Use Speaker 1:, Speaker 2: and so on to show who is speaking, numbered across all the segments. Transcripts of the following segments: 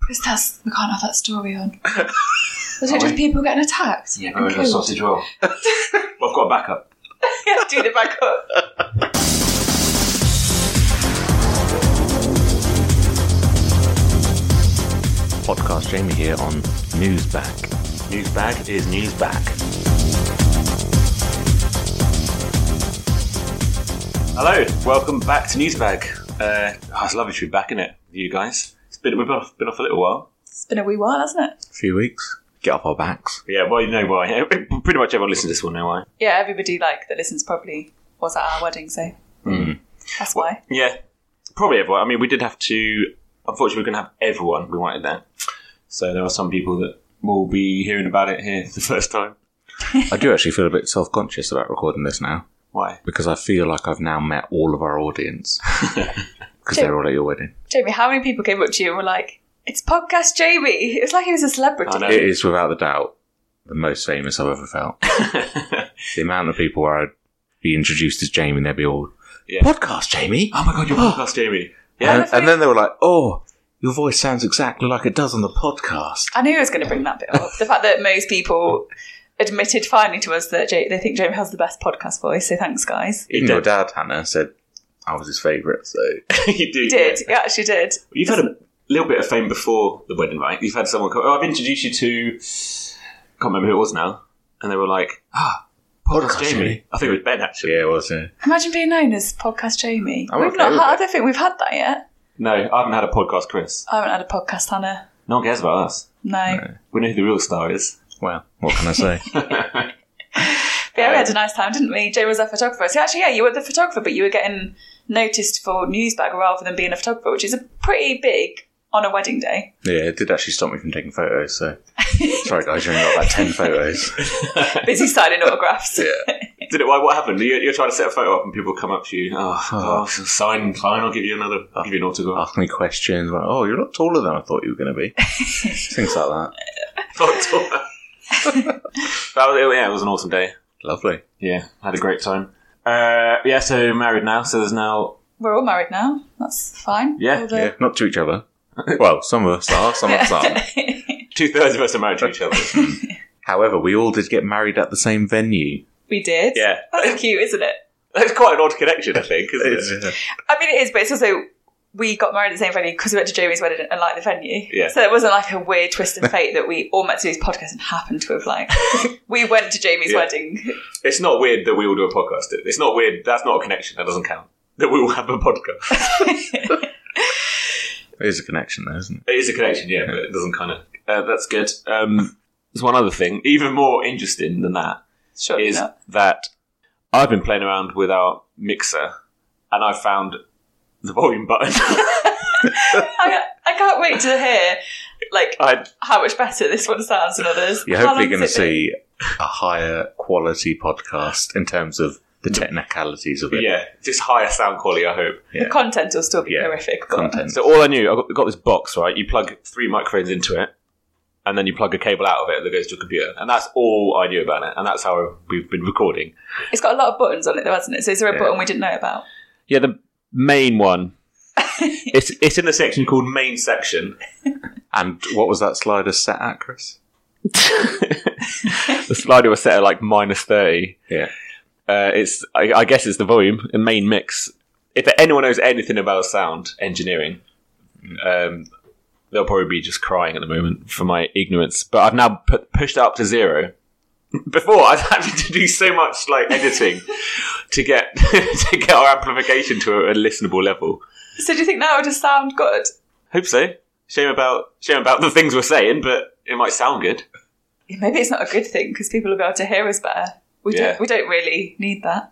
Speaker 1: Because that's we can't have that story on. Was it just people getting attacked?
Speaker 2: Yeah,
Speaker 1: and
Speaker 2: but with a
Speaker 1: killed?
Speaker 2: sausage roll. well, I've got a backup.
Speaker 1: yeah, do the backup.
Speaker 3: Podcast Jamie here on Newsback. Newsbag is Newsback.
Speaker 2: Hello, welcome back to Newsbag. Uh, oh, it's lovely to be back in it with you guys. It's been we've been off, been off a little while.
Speaker 1: It's been a wee while, hasn't it?
Speaker 3: A few weeks. Get up our backs.
Speaker 2: Yeah, well you know why. Yeah, Pretty much everyone listens to this one know why.
Speaker 1: Yeah, everybody like that listens probably was at our wedding, so that's why.
Speaker 2: Yeah, probably everyone. I mean, we did have to. Unfortunately, we couldn't have everyone. We wanted that, so there are some people that will be hearing about it here for the first time.
Speaker 3: I do actually feel a bit self conscious about recording this now
Speaker 2: Why?
Speaker 3: because I feel like I've now met all of our audience because they're all at your wedding.
Speaker 1: Jamie, how many people came up to you and were like, "It's podcast Jamie"? It was like he was a celebrity.
Speaker 2: I know.
Speaker 3: It is without a doubt the most famous I've ever felt. the amount of people where I'd be introduced as Jamie and they'd be all,
Speaker 2: Yeah.
Speaker 3: Podcast Jamie?
Speaker 2: Oh my god, your podcast, Jamie. Yeah,
Speaker 3: and, and then they were like, oh, your voice sounds exactly like it does on the podcast.
Speaker 1: I knew he was going to bring that bit up. The fact that most people admitted finally to us that Jay, they think Jamie has the best podcast voice. So thanks, guys.
Speaker 2: It
Speaker 3: Even your
Speaker 2: did.
Speaker 3: dad, Hannah, said I was his favourite, so
Speaker 2: you do.
Speaker 1: He did. He actually did.
Speaker 2: You've had a little bit of fame before the wedding, right? You've had someone come. Oh, I've introduced you to. Can't remember who it was now, and they were like, "Ah, podcast,
Speaker 3: Podcast
Speaker 2: Jamie.
Speaker 3: Jamie.
Speaker 2: I think it was Ben actually.
Speaker 3: yeah, it was. Yeah.
Speaker 1: Imagine being known as podcast Jamie.
Speaker 3: I'm
Speaker 1: we've
Speaker 3: okay
Speaker 1: not.
Speaker 3: with
Speaker 1: Had, I
Speaker 3: it.
Speaker 1: don't think we've had that yet.
Speaker 2: No, I haven't had a podcast, Chris.
Speaker 1: I haven't had a podcast, Hannah.
Speaker 2: No one cares about us.
Speaker 1: No.
Speaker 2: We know who the real star is.
Speaker 3: Well, what can I say?
Speaker 1: But yeah, we
Speaker 2: Um,
Speaker 1: had a nice time, didn't we? Jay was a photographer. So actually, yeah, you were the photographer, but you were getting noticed for Newsbag rather than being a photographer, which is a pretty big on a wedding day.
Speaker 3: yeah, it did actually stop me from taking photos. So sorry, guys, you only got like ten photos.
Speaker 1: Busy signing autographs.
Speaker 2: Did it? Why? What happened? You, you're trying to set a photo up, and people come up to you. Oh, oh, sign, Klein. I'll give you another. I'll give you an autograph.
Speaker 3: Ask me questions. Like, oh, you're a lot taller than I thought you were going to be. Things like that.
Speaker 2: that was, yeah, it was an awesome day.
Speaker 3: Lovely.
Speaker 2: Yeah, had a great time. Uh, yeah, so married now. So there's now.
Speaker 1: We're all married now. That's fine.
Speaker 2: Yeah,
Speaker 1: All
Speaker 3: Yeah,
Speaker 1: the-
Speaker 3: not to each other. Well, some of us are, some of us aren't.
Speaker 2: Two thirds of us are married to each other.
Speaker 3: However, we all did get married at the same venue.
Speaker 1: we did.
Speaker 2: Yeah.
Speaker 1: That's cute, isn't it?
Speaker 2: That's quite an odd connection, I think. Isn't it?
Speaker 1: I mean, it is, but it's also we got married at the same venue because we went to Jamie's wedding and liked the venue.
Speaker 2: Yeah.
Speaker 1: So it wasn't like a weird twist of fate that we all met to do this podcast and happened to have like we went to Jamie's
Speaker 2: Yeah.
Speaker 1: wedding.
Speaker 2: It's not weird that we all do a podcast. It's not weird. That's not a connection. That doesn't count. That we all have a podcast.
Speaker 3: It is a connection, though, isn't
Speaker 2: it is a connection, yeah, but it doesn't kind of. Uh, that's good. Um, there's one other thing, even more interesting than that,
Speaker 1: Sure.
Speaker 2: is that I've been playing around with our mixer, and I found the volume button.
Speaker 1: I, I can't wait to hear like
Speaker 2: I
Speaker 1: how much better this one sounds than others.
Speaker 3: it? You're
Speaker 1: How
Speaker 3: hopefully
Speaker 1: long's
Speaker 3: going to
Speaker 1: it been?
Speaker 3: see a higher quality podcast in terms of the technicalities of it.
Speaker 2: yeah, just higher sound quality. I hope.
Speaker 1: the content will still be
Speaker 3: Yeah.
Speaker 1: horrific. but-
Speaker 3: Content.
Speaker 2: So all I knew, I got, got this box right. You plug three microphones into it, and then you plug a cable out of it that goes to a computer, and that's all I knew about it. And that's how we've been recording.
Speaker 1: It's got a lot of buttons on it, though, hasn't it? So is there a
Speaker 3: Yeah.
Speaker 1: button we didn't know about?
Speaker 2: Yeah, the main one. it's it's in the section called main section.
Speaker 3: And what was that slider set at, Chris?
Speaker 2: The slider was set at like minus thirty.
Speaker 3: Yeah.
Speaker 2: Uh, it's I, I guess it's the volume, the main mix. If anyone knows anything about sound engineering, um, they'll probably be just crying at the moment for my ignorance. But I've now put, pushed it up to zero. Before I've had to do so much like editing to get to get our amplification to a, a listenable level.
Speaker 1: So do you think now it'll just sound good?
Speaker 2: Hope so. Shame about shame about the things we're saying, but it might sound good.
Speaker 1: Yeah, Maybe it's not a good thing because people will be able to hear us better. We
Speaker 2: Yeah.
Speaker 1: don't. We don't really need that.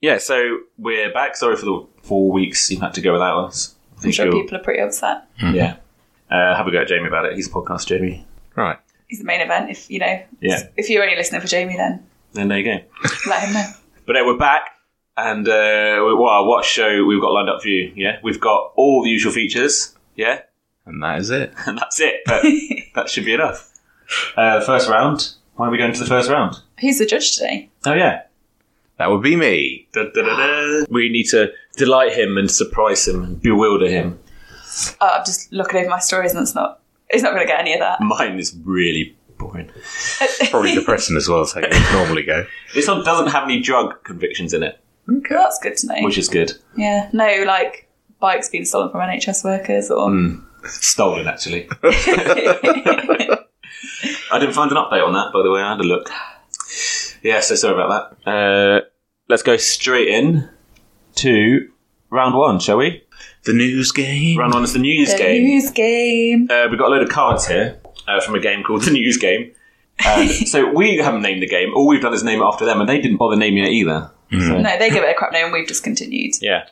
Speaker 2: Yeah, so we're back. Sorry for the four weeks you've had to go without us. I
Speaker 1: I'm
Speaker 2: think
Speaker 1: sure
Speaker 2: you'll-
Speaker 1: people are pretty upset.
Speaker 2: yeah. Uh, have a go at Jamie about it. He's a podcast Jamie.
Speaker 3: Right.
Speaker 1: He's the main event. If you know,
Speaker 2: Yeah.
Speaker 1: if you're only listening for Jamie, then
Speaker 2: Then there you go.
Speaker 1: let him know.
Speaker 2: But no, we're back, and uh, we- what what show we've got lined up for you? Yeah, we've got all the usual features. Yeah,
Speaker 3: And that is it.
Speaker 2: and that's it. But that should be enough. Uh, first round. Why are we going to the first round?
Speaker 1: Who's the judge today?
Speaker 2: Oh yeah,
Speaker 3: That would be me.
Speaker 2: We need to delight him and surprise him and bewilder him.
Speaker 1: Oh, I'm just looking over my stories, and it's not. It's not going to get any of that.
Speaker 2: Mine is really boring.
Speaker 3: Probably depressing as well as how you would normally go.
Speaker 2: This one doesn't have any drug convictions in it,
Speaker 3: Okay.
Speaker 1: That's good to know.
Speaker 2: which is good.
Speaker 1: yeah, no, like bikes being stolen from NHS workers or.
Speaker 3: Mm.
Speaker 2: Stolen, actually. I didn't find an update on that, by the way. I had a look. Yeah, so sorry about that. Uh, let's go straight in to round one, shall we?
Speaker 3: The news game.
Speaker 2: Round one is the news
Speaker 1: the
Speaker 2: game.
Speaker 1: news game.
Speaker 2: Uh, we've got a load of cards here uh, from a game called The News Game. And so we haven't named the game. All we've done is name it after them, and they didn't bother naming it either. So,
Speaker 1: No, they give it a crap name. We've just continued.
Speaker 2: yeah.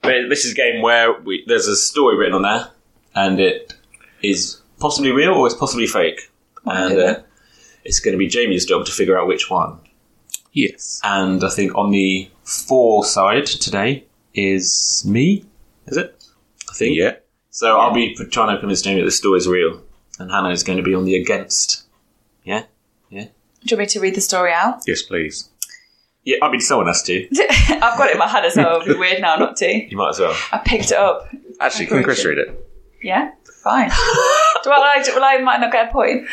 Speaker 2: But this is a game where we, there's a story written on there, and it is possibly real or it's possibly fake. And uh, it's going to be Jamie's job to figure out which one.
Speaker 3: Yes.
Speaker 2: And I think on the four side today is me, is it? I think.
Speaker 3: Yeah.
Speaker 2: So I'll be trying to convince Jamie that the story is real, and Hannah is going to be on the against. Yeah,
Speaker 1: Do you want me to read the story out?
Speaker 3: Yes, please.
Speaker 2: yeah. I mean, someone has to.
Speaker 1: I've got it in my head as well. It'd be weird now not to.
Speaker 2: You might as well.
Speaker 1: I picked it up.
Speaker 3: Actually, can Chris read it?
Speaker 1: Yeah, fine. do I, do I might not get a point?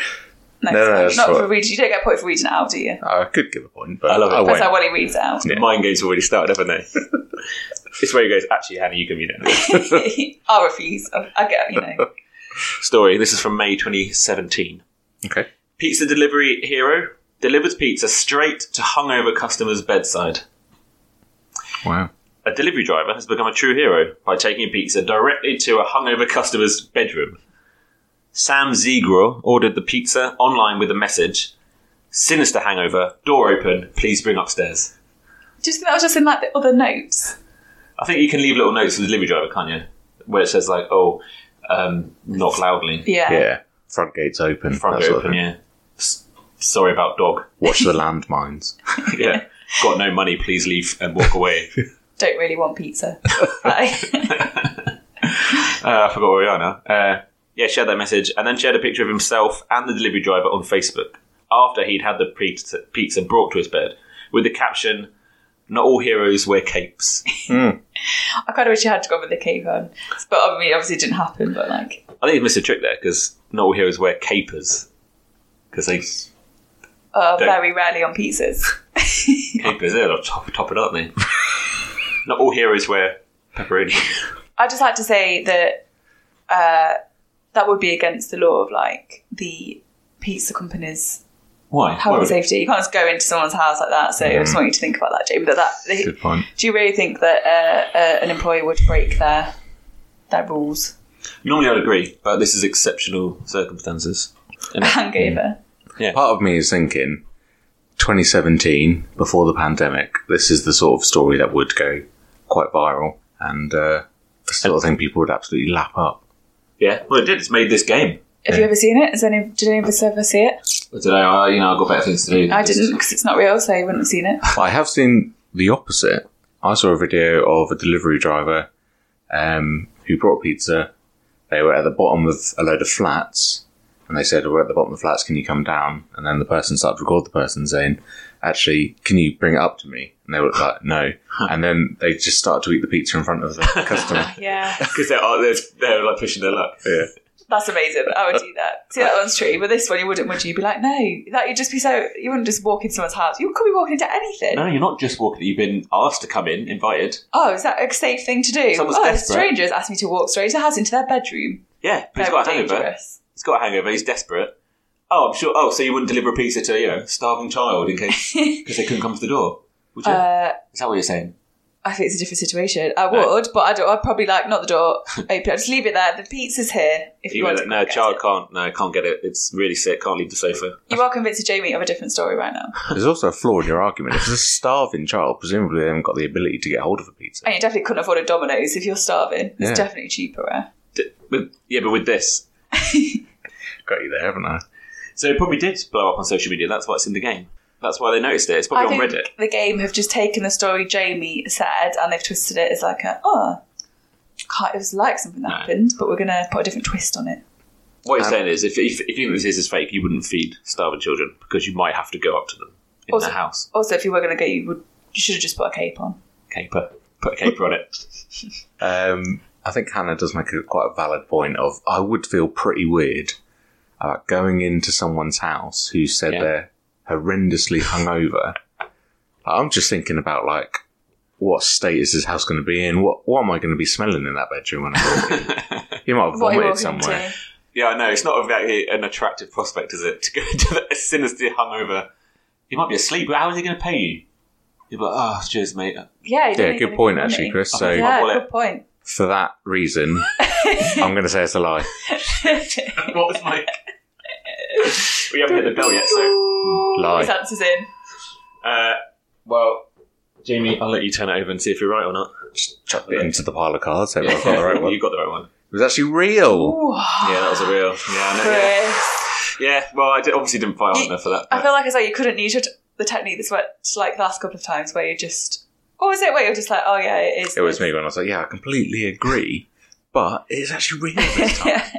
Speaker 1: No,
Speaker 3: No, no,
Speaker 1: sorry,
Speaker 3: that's
Speaker 1: not
Speaker 3: fine.
Speaker 1: for reading. You don't get a point for reading it out, do you?
Speaker 3: I could give a point, but
Speaker 2: I love it.
Speaker 1: That's how well
Speaker 3: won't.
Speaker 1: he reads it out.
Speaker 2: The mind games already started, haven't they? it's where he goes. Actually, Hannah, you can read it.
Speaker 1: I'll refuse. I I get, you know.
Speaker 2: story. This is from May 2017.
Speaker 3: Okay.
Speaker 2: Pizza delivery hero delivers pizza straight to hungover customer's bedside.
Speaker 3: Wow.
Speaker 2: A delivery driver has become a true hero by taking a pizza directly to a hungover customer's bedroom. Sam Zegro ordered the pizza online with a message Sinister hangover, door open, please bring upstairs.
Speaker 1: Do you think that was just in like the other notes?
Speaker 2: I think you can leave little notes to the delivery driver, can't you? Where it says, like, oh, um, knock loudly.
Speaker 1: Yeah.
Speaker 3: Yeah. Front gates open.
Speaker 2: Front
Speaker 3: that
Speaker 2: door
Speaker 3: sort
Speaker 2: open,
Speaker 3: of thing.
Speaker 2: yeah. S- sorry about dog.
Speaker 3: Watch the landmines.
Speaker 2: yeah. Got no money, please leave and walk away.
Speaker 1: Don't really want pizza. Like-
Speaker 2: Uh, I forgot where we are now. Uh, yeah, shared that message and then shared a picture of himself and the delivery driver on Facebook after he'd had the pizza, pizza brought to his bed with the caption, Not all heroes wear capes.
Speaker 1: I kind of wish you had gone with the cape on. But I mean, obviously it didn't happen, but like,
Speaker 2: I think he missed a trick there because not all heroes wear capers. Because they
Speaker 1: uh,
Speaker 2: Don't-
Speaker 1: very rarely on pizzas.
Speaker 2: capers, they're on top, top it, aren't they? not all heroes wear pepperoni.
Speaker 1: I just like to say that uh, that would be against the law of like the pizza companies
Speaker 2: Why?
Speaker 1: health
Speaker 2: Why
Speaker 1: and
Speaker 2: would-
Speaker 1: safety. You can't just go into someone's house like that. So I just want you to think about that, Jamie. But that,
Speaker 3: Good point.
Speaker 1: do you really think that uh, uh, an employee would break their their rules?
Speaker 2: Normally I'd agree, but this is exceptional circumstances.
Speaker 1: Hangover.
Speaker 3: Part of me is thinking 2017, before the pandemic, this is the sort of story that would go quite viral and uh, the sort of thing people would absolutely lap up.
Speaker 2: Yeah, well, it did. It's made this game.
Speaker 1: Have you ever seen it? Has any? Did any of us ever see it?
Speaker 2: I don't know. I, you know, I've got better things to do.
Speaker 1: I didn't because it's not real, so I wouldn't have seen it.
Speaker 3: But I have seen the opposite. I saw a video of a delivery driver um, who brought pizza. They were at the bottom of a load of flats, and they said, "We're at the bottom of the flats. Can you come down?" And then the person started to record the person saying, "Actually, can you bring it up to me?" And they were like, "No." And then they just started to eat the pizza in front of the customer.
Speaker 1: Yeah,
Speaker 2: because they're, oh, they're they're like pushing their luck.
Speaker 3: yeah.
Speaker 1: that's amazing. I would do that. See, that one's true, but this one you wouldn't, would you? You'd be like, no, that you'd just be so. You wouldn't just walk into someone's house. You could be walking into anything.
Speaker 2: No, you're not just walking. You've been asked to come in, invited.
Speaker 1: Oh, is that a safe thing to do?
Speaker 2: Someone's
Speaker 1: oh,
Speaker 2: desperate.
Speaker 1: strangers asked me to walk straight to the house into their bedroom.
Speaker 2: Yeah, but he's
Speaker 1: Very
Speaker 2: got a hangover.
Speaker 1: dangerous.
Speaker 2: He's got a hangover. He's desperate. Oh, I'm sure. Oh, so you wouldn't deliver a pizza to you know starving child in case because they couldn't come to the door, would you?
Speaker 1: Uh,
Speaker 2: Is that what you're saying?
Speaker 1: I think it's a different situation. I would,
Speaker 2: No.
Speaker 1: but I'd, I'd probably like knock the door open. I'd just leave it there. The pizza's here. If you,
Speaker 2: You
Speaker 1: want
Speaker 2: went,
Speaker 1: to
Speaker 2: no,
Speaker 1: get
Speaker 2: child
Speaker 1: it.
Speaker 2: can't. No, can't get it. It's really sick. Can't leave the sofa.
Speaker 1: You are convincing Jamie of a different story right now,
Speaker 3: There's also a flaw in your argument. If it's a starving child, presumably they haven't got the ability to get hold of a pizza.
Speaker 1: and you definitely couldn't afford a Domino's if you're starving. It's
Speaker 3: Yeah.
Speaker 1: definitely cheaper. eh?
Speaker 2: D- with- yeah, but with this,
Speaker 3: Got you there, haven't I?
Speaker 2: so it probably did blow up on social media. That's why it's in the game. That's why they noticed it. It's
Speaker 1: I
Speaker 2: probably on
Speaker 1: think
Speaker 2: Reddit.
Speaker 1: the game have just taken the story Jamie said and they've twisted it as like a oh, can't, it was like something that
Speaker 2: No.
Speaker 1: happened, but we're gonna put a different twist on it.
Speaker 2: What you're saying is, if if, if you think this is fake, you wouldn't feed starving children because you might have to go up to them in
Speaker 1: Also-
Speaker 2: the house.
Speaker 1: Also, if you were gonna go, you would You should have just put a cape on.
Speaker 2: Caper. Put a caper on it.
Speaker 3: Um, I think Hannah does make a, quite a valid point of I would feel pretty weird about going into someone's house who said
Speaker 2: Yeah.
Speaker 3: they're horrendously hungover. I'm just thinking about like what state is this house going to be in? What what am I going to be smelling in that bedroom when I walk in? You might have
Speaker 1: What are you
Speaker 3: vomited
Speaker 1: walking
Speaker 3: somewhere.
Speaker 1: to?
Speaker 2: Yeah, I know. It's not exactly an attractive prospect, is it? To go to a sinister hungover. You might be asleep, but how are they going to pay you? You're like, oh, cheers, mate.
Speaker 1: Yeah, you don't
Speaker 3: Yeah,
Speaker 1: need
Speaker 3: good
Speaker 1: any
Speaker 3: point
Speaker 1: money.
Speaker 3: actually, Chris.
Speaker 2: Oh,
Speaker 3: So
Speaker 2: yeah.
Speaker 1: Yeah,
Speaker 2: Wallet.
Speaker 1: good point.
Speaker 3: for that reason, I'm going to say it's a lie.
Speaker 2: what was my. we haven't hit the bell yet, so.
Speaker 3: Lie.
Speaker 1: His answer's in.
Speaker 2: Uh, well, Jamie, I'll let you turn it over and see if you're right or not.
Speaker 3: Just chucked it into the pile of cards. so I've got the right one.
Speaker 2: You
Speaker 3: It
Speaker 2: got the right one.
Speaker 3: was actually real.
Speaker 1: Ooh,
Speaker 2: Yeah, that was a real. Yeah, I know, yeah.
Speaker 1: Chris.
Speaker 2: Yeah, well, I did, obviously didn't fight hard enough for that.
Speaker 1: I
Speaker 2: but-
Speaker 1: feel like as though you couldn't use your t- the technique that's worked like the last couple of times where you just. Or was it where you're just like, oh yeah, it is.
Speaker 3: It was me when I was like, "Yeah, I completely agree," but it's actually real. This time.
Speaker 1: yeah.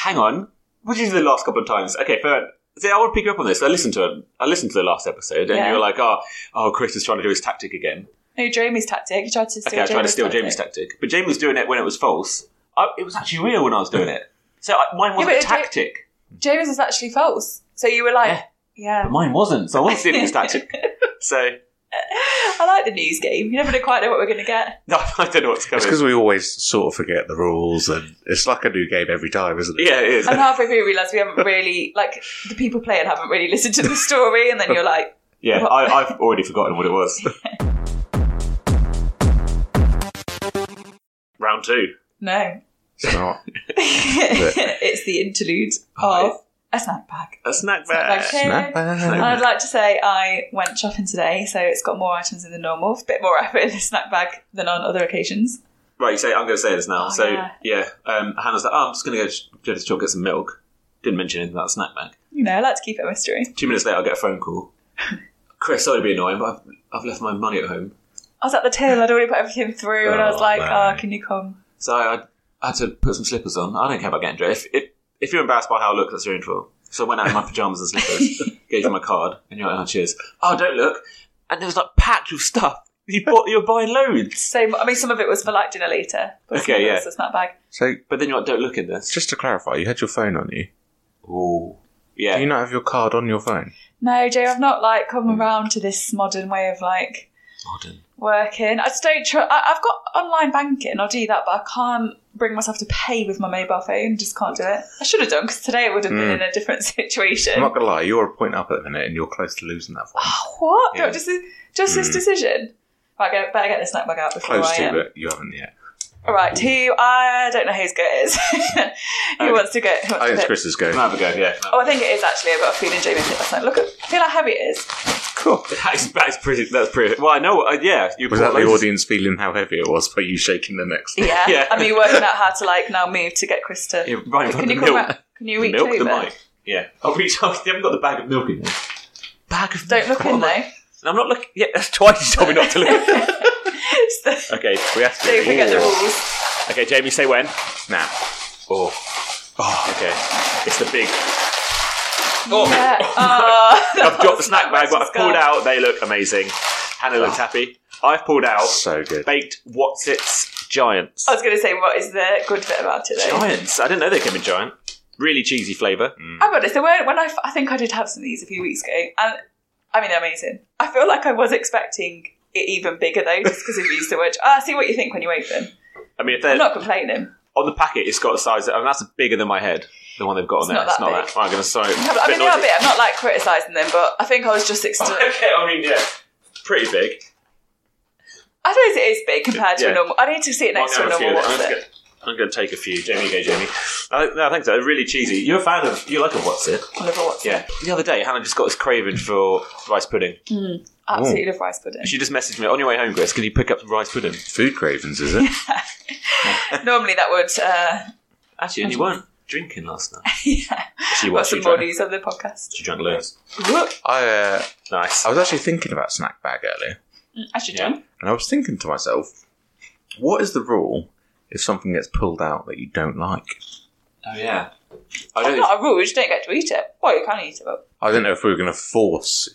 Speaker 2: Hang on. What did you do the last couple of times? Okay, fair. See, I want to pick you up on this. I listened to it. I listened to the last episode, and
Speaker 1: Yeah.
Speaker 2: you were like, "Oh, oh, Chris is trying to do his tactic again."
Speaker 1: No, Jamie's tactic. You tried to steal
Speaker 2: okay, I tried to
Speaker 1: Jamie's
Speaker 2: steal
Speaker 1: tactic.
Speaker 2: Jamie's tactic, but Jamie was doing it when it was false. I, it was actually real when I was doing it. So I, mine wasn't
Speaker 1: but
Speaker 2: a
Speaker 1: it-
Speaker 2: tactic,
Speaker 1: Jamie's was actually false. So you were like, yeah.
Speaker 2: but mine wasn't. So I wasn't stealing his tactic. So
Speaker 1: I like the news game. You never know quite know what we're going to get.
Speaker 2: no, I don't know what's
Speaker 3: It's
Speaker 2: coming.
Speaker 3: because we always sort of forget the rules, and it's like a new game every time, isn't it?
Speaker 2: yeah, it is.
Speaker 1: And halfway through, you realise we haven't really, like, the people playing haven't really listened to the story. And then you're like,
Speaker 2: Yeah, I, I've already forgotten what it was. Round two.
Speaker 1: no.
Speaker 3: It's not.
Speaker 1: it's the interlude
Speaker 2: Oh,
Speaker 1: of a snack bag.
Speaker 2: A snack
Speaker 1: Snack
Speaker 2: bag.
Speaker 1: bag cake.
Speaker 3: Not bad.
Speaker 1: And I'd like to say I went shopping today, so it's got more items than normal, a bit more effort in the snack bag than on other occasions.
Speaker 2: Right, you say I'm going to say this now.
Speaker 1: Oh,
Speaker 2: so yeah,
Speaker 1: yeah.
Speaker 2: um, Hannah's like, oh, I'm just going to go sh- go to the shop get some milk. Didn't mention anything about the snack bag.
Speaker 1: You know, I like to keep it a mystery.
Speaker 2: Two minutes later, I get a phone call. Chris, sorry to be annoying, but I've, I've left my money at home,
Speaker 1: I was at the till, I'd already put everything through, and I was
Speaker 3: Oh,
Speaker 1: like,
Speaker 3: no.
Speaker 1: oh, can you come?
Speaker 2: so I, I had to put some slippers on. I don't care about getting dressed. If, if if you're embarrassed by how I look, that's your own fault. So I went out in my pajamas and slippers, gave you my card, and you're like, oh, cheers. Oh, don't look. And there was like packed with stuff. You bought, you were buying loads.
Speaker 1: So, I mean, some of it was for like dinner later, but some
Speaker 2: Okay,
Speaker 1: of it
Speaker 2: yeah.
Speaker 1: was the snack bag.
Speaker 3: So,
Speaker 2: But then you're like, don't look in this.
Speaker 3: just to clarify, you had your phone on you.
Speaker 2: Oh,
Speaker 3: Do you
Speaker 2: yeah.
Speaker 3: not have your card on your phone?
Speaker 1: No, Jay, I've not like come around to this modern way of like
Speaker 2: Modern.
Speaker 1: working. I just don't trust. I've got online banking. I'll do that, but I can't bring myself to pay with my mobile phone. Just can't do it. I should have done because today it would have been
Speaker 3: Mm.
Speaker 1: in a different situation.
Speaker 3: I'm not gonna lie, you're a point up at the minute, and you're close to losing that one.
Speaker 1: Oh, what?
Speaker 2: Yeah.
Speaker 1: Just this- just this
Speaker 3: Mm.
Speaker 1: decision. Right, go, better get this snack bag out before
Speaker 3: Close
Speaker 1: I
Speaker 3: to,
Speaker 1: am.
Speaker 3: but you haven't yet.
Speaker 1: All right, who? I don't know whose go it is. who
Speaker 2: Okay.
Speaker 1: wants to go? Who wants
Speaker 3: I think
Speaker 1: to
Speaker 3: Oh, it's
Speaker 1: pick?
Speaker 3: Chris's go.
Speaker 2: Can I have a go? Yeah.
Speaker 1: Oh, I think it is actually. I've got a feeling Jamie picked last night. Look, at, feel how heavy it is.
Speaker 3: Cool.
Speaker 2: That's, that's pretty. That's pretty. Well, I know. Uh, yeah, you
Speaker 3: Was
Speaker 2: bought
Speaker 3: that the
Speaker 2: loads-
Speaker 3: audience feeling how heavy it was by you shaking the next?
Speaker 1: Yeah.
Speaker 2: Yeah.
Speaker 1: I mean, working out how to like now move to get Chris to.
Speaker 2: Yeah, right,
Speaker 1: can you
Speaker 2: the
Speaker 1: come
Speaker 2: milk,
Speaker 1: back? Can you
Speaker 2: the
Speaker 1: reach
Speaker 2: milk the
Speaker 1: over?
Speaker 2: mic. Yeah, Oh, I'll reach. out. You haven't got the bag of milk in there. Bag of
Speaker 1: Don't look in
Speaker 2: there.
Speaker 1: though.
Speaker 2: I'm not looking. Yeah, that's twice you told me not to look.
Speaker 1: It's the-
Speaker 2: okay, we have to.
Speaker 1: Don't forget the
Speaker 2: Ooh.
Speaker 1: rules.
Speaker 2: Okay, Jamie, say when.
Speaker 3: Now,
Speaker 2: Oh. Oh, okay. It's the big. Oh,
Speaker 1: Yeah. Oh,
Speaker 2: I've dropped the snack bag,
Speaker 1: That's
Speaker 2: but I've pulled
Speaker 1: disgusting.
Speaker 2: out. They look amazing. Hannah looks
Speaker 3: Ah.
Speaker 2: happy. I've pulled out
Speaker 3: so good.
Speaker 2: baked what's its giants.
Speaker 1: I was going to say, what is the good bit about it? Though?
Speaker 2: Giants. I didn't know they came in giant. Really cheesy flavour.
Speaker 1: I've got this. There were when I, f- I think I did have some of these a few weeks ago, and I mean they're amazing. I feel like I was expecting it even bigger though, just because I've used the word. Ah, see what you think when you open.
Speaker 2: I mean, if
Speaker 1: I'm
Speaker 2: they're
Speaker 1: not complaining.
Speaker 2: on the packet, it's got a size. I mean, that's bigger than my head. The one they've got on
Speaker 1: It's
Speaker 2: there.
Speaker 1: not
Speaker 2: it's
Speaker 1: that
Speaker 2: not
Speaker 1: big.
Speaker 2: that. Right, I'm gonna sorry.
Speaker 1: I mean, they are a bit. I'm not like criticising them, but I think I was just. Ext- I
Speaker 2: okay, I mean, yeah, pretty big.
Speaker 1: suppose it is big compared to
Speaker 2: Yeah. Oh,
Speaker 1: a normal. I need to see it next to a
Speaker 2: I'll have a
Speaker 1: normal
Speaker 2: few.
Speaker 1: what's
Speaker 2: I'm, just
Speaker 1: it.
Speaker 2: gonna- I'm going to take a few. Jamie, go, Jamie. I, no, I think so. Really cheesy. You're a fan of. You like a what's it?
Speaker 1: Oliver Watson.
Speaker 2: Yeah. The other day, Hannah just got this craving for rice pudding.
Speaker 1: Absolutely love rice pudding.
Speaker 2: She just messaged me on your way home, Chris. Can you pick up some rice pudding?
Speaker 3: Food cravings, is it?
Speaker 1: Normally that would. Uh,
Speaker 2: Actually, and you weren't drinking last night.
Speaker 1: yeah.
Speaker 2: She
Speaker 1: Got
Speaker 2: was. She
Speaker 1: some more
Speaker 2: drank,
Speaker 1: news on the podcast.
Speaker 2: she drank loads.
Speaker 3: I uh,
Speaker 2: Nice.
Speaker 3: I
Speaker 1: Oh,
Speaker 3: was actually thinking about snack bag earlier.
Speaker 1: I should
Speaker 2: Yeah.
Speaker 1: do.
Speaker 3: And I was thinking to myself, what is the rule if something gets pulled out that you don't like?
Speaker 2: Oh yeah. Oh, I
Speaker 1: It's
Speaker 2: don't.
Speaker 1: not a rule. You just don't get to eat it. Well, you can eat it, but
Speaker 3: I didn't know if we were going to force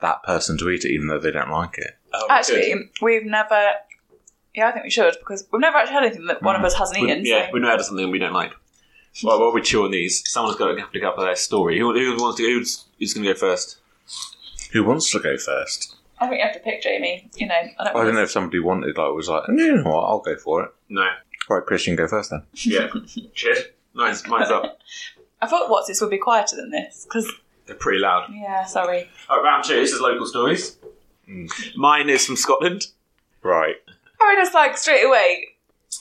Speaker 3: that person to eat it even though they don't like it.
Speaker 2: Oh, we
Speaker 1: Actually,
Speaker 2: could.
Speaker 1: we've never. Yeah, I think we should because we've never actually had anything that one of us hasn't
Speaker 2: We-
Speaker 1: eaten.
Speaker 2: yeah,
Speaker 1: so-
Speaker 2: we know how to something we don't like. Well, while we chew on these, someone's got to have to go up with their story. Who, who wants to? Who's, who's going to go first?
Speaker 3: Who wants to go first?
Speaker 1: I think you have to pick Jamie. You know, I don't.
Speaker 3: I don't know if somebody wanted, like, was like, no, you know what, I'll go for it.
Speaker 2: No.
Speaker 3: Right, Christian, go first then.
Speaker 2: Yeah. Cheers. Mine's, mine's up.
Speaker 1: I thought what's this would be quieter than this because
Speaker 2: They're pretty loud.
Speaker 1: yeah, sorry.
Speaker 2: All right, round two. This is local stories. Mine is from Scotland.
Speaker 3: Right.
Speaker 1: I mean, it's like straight away.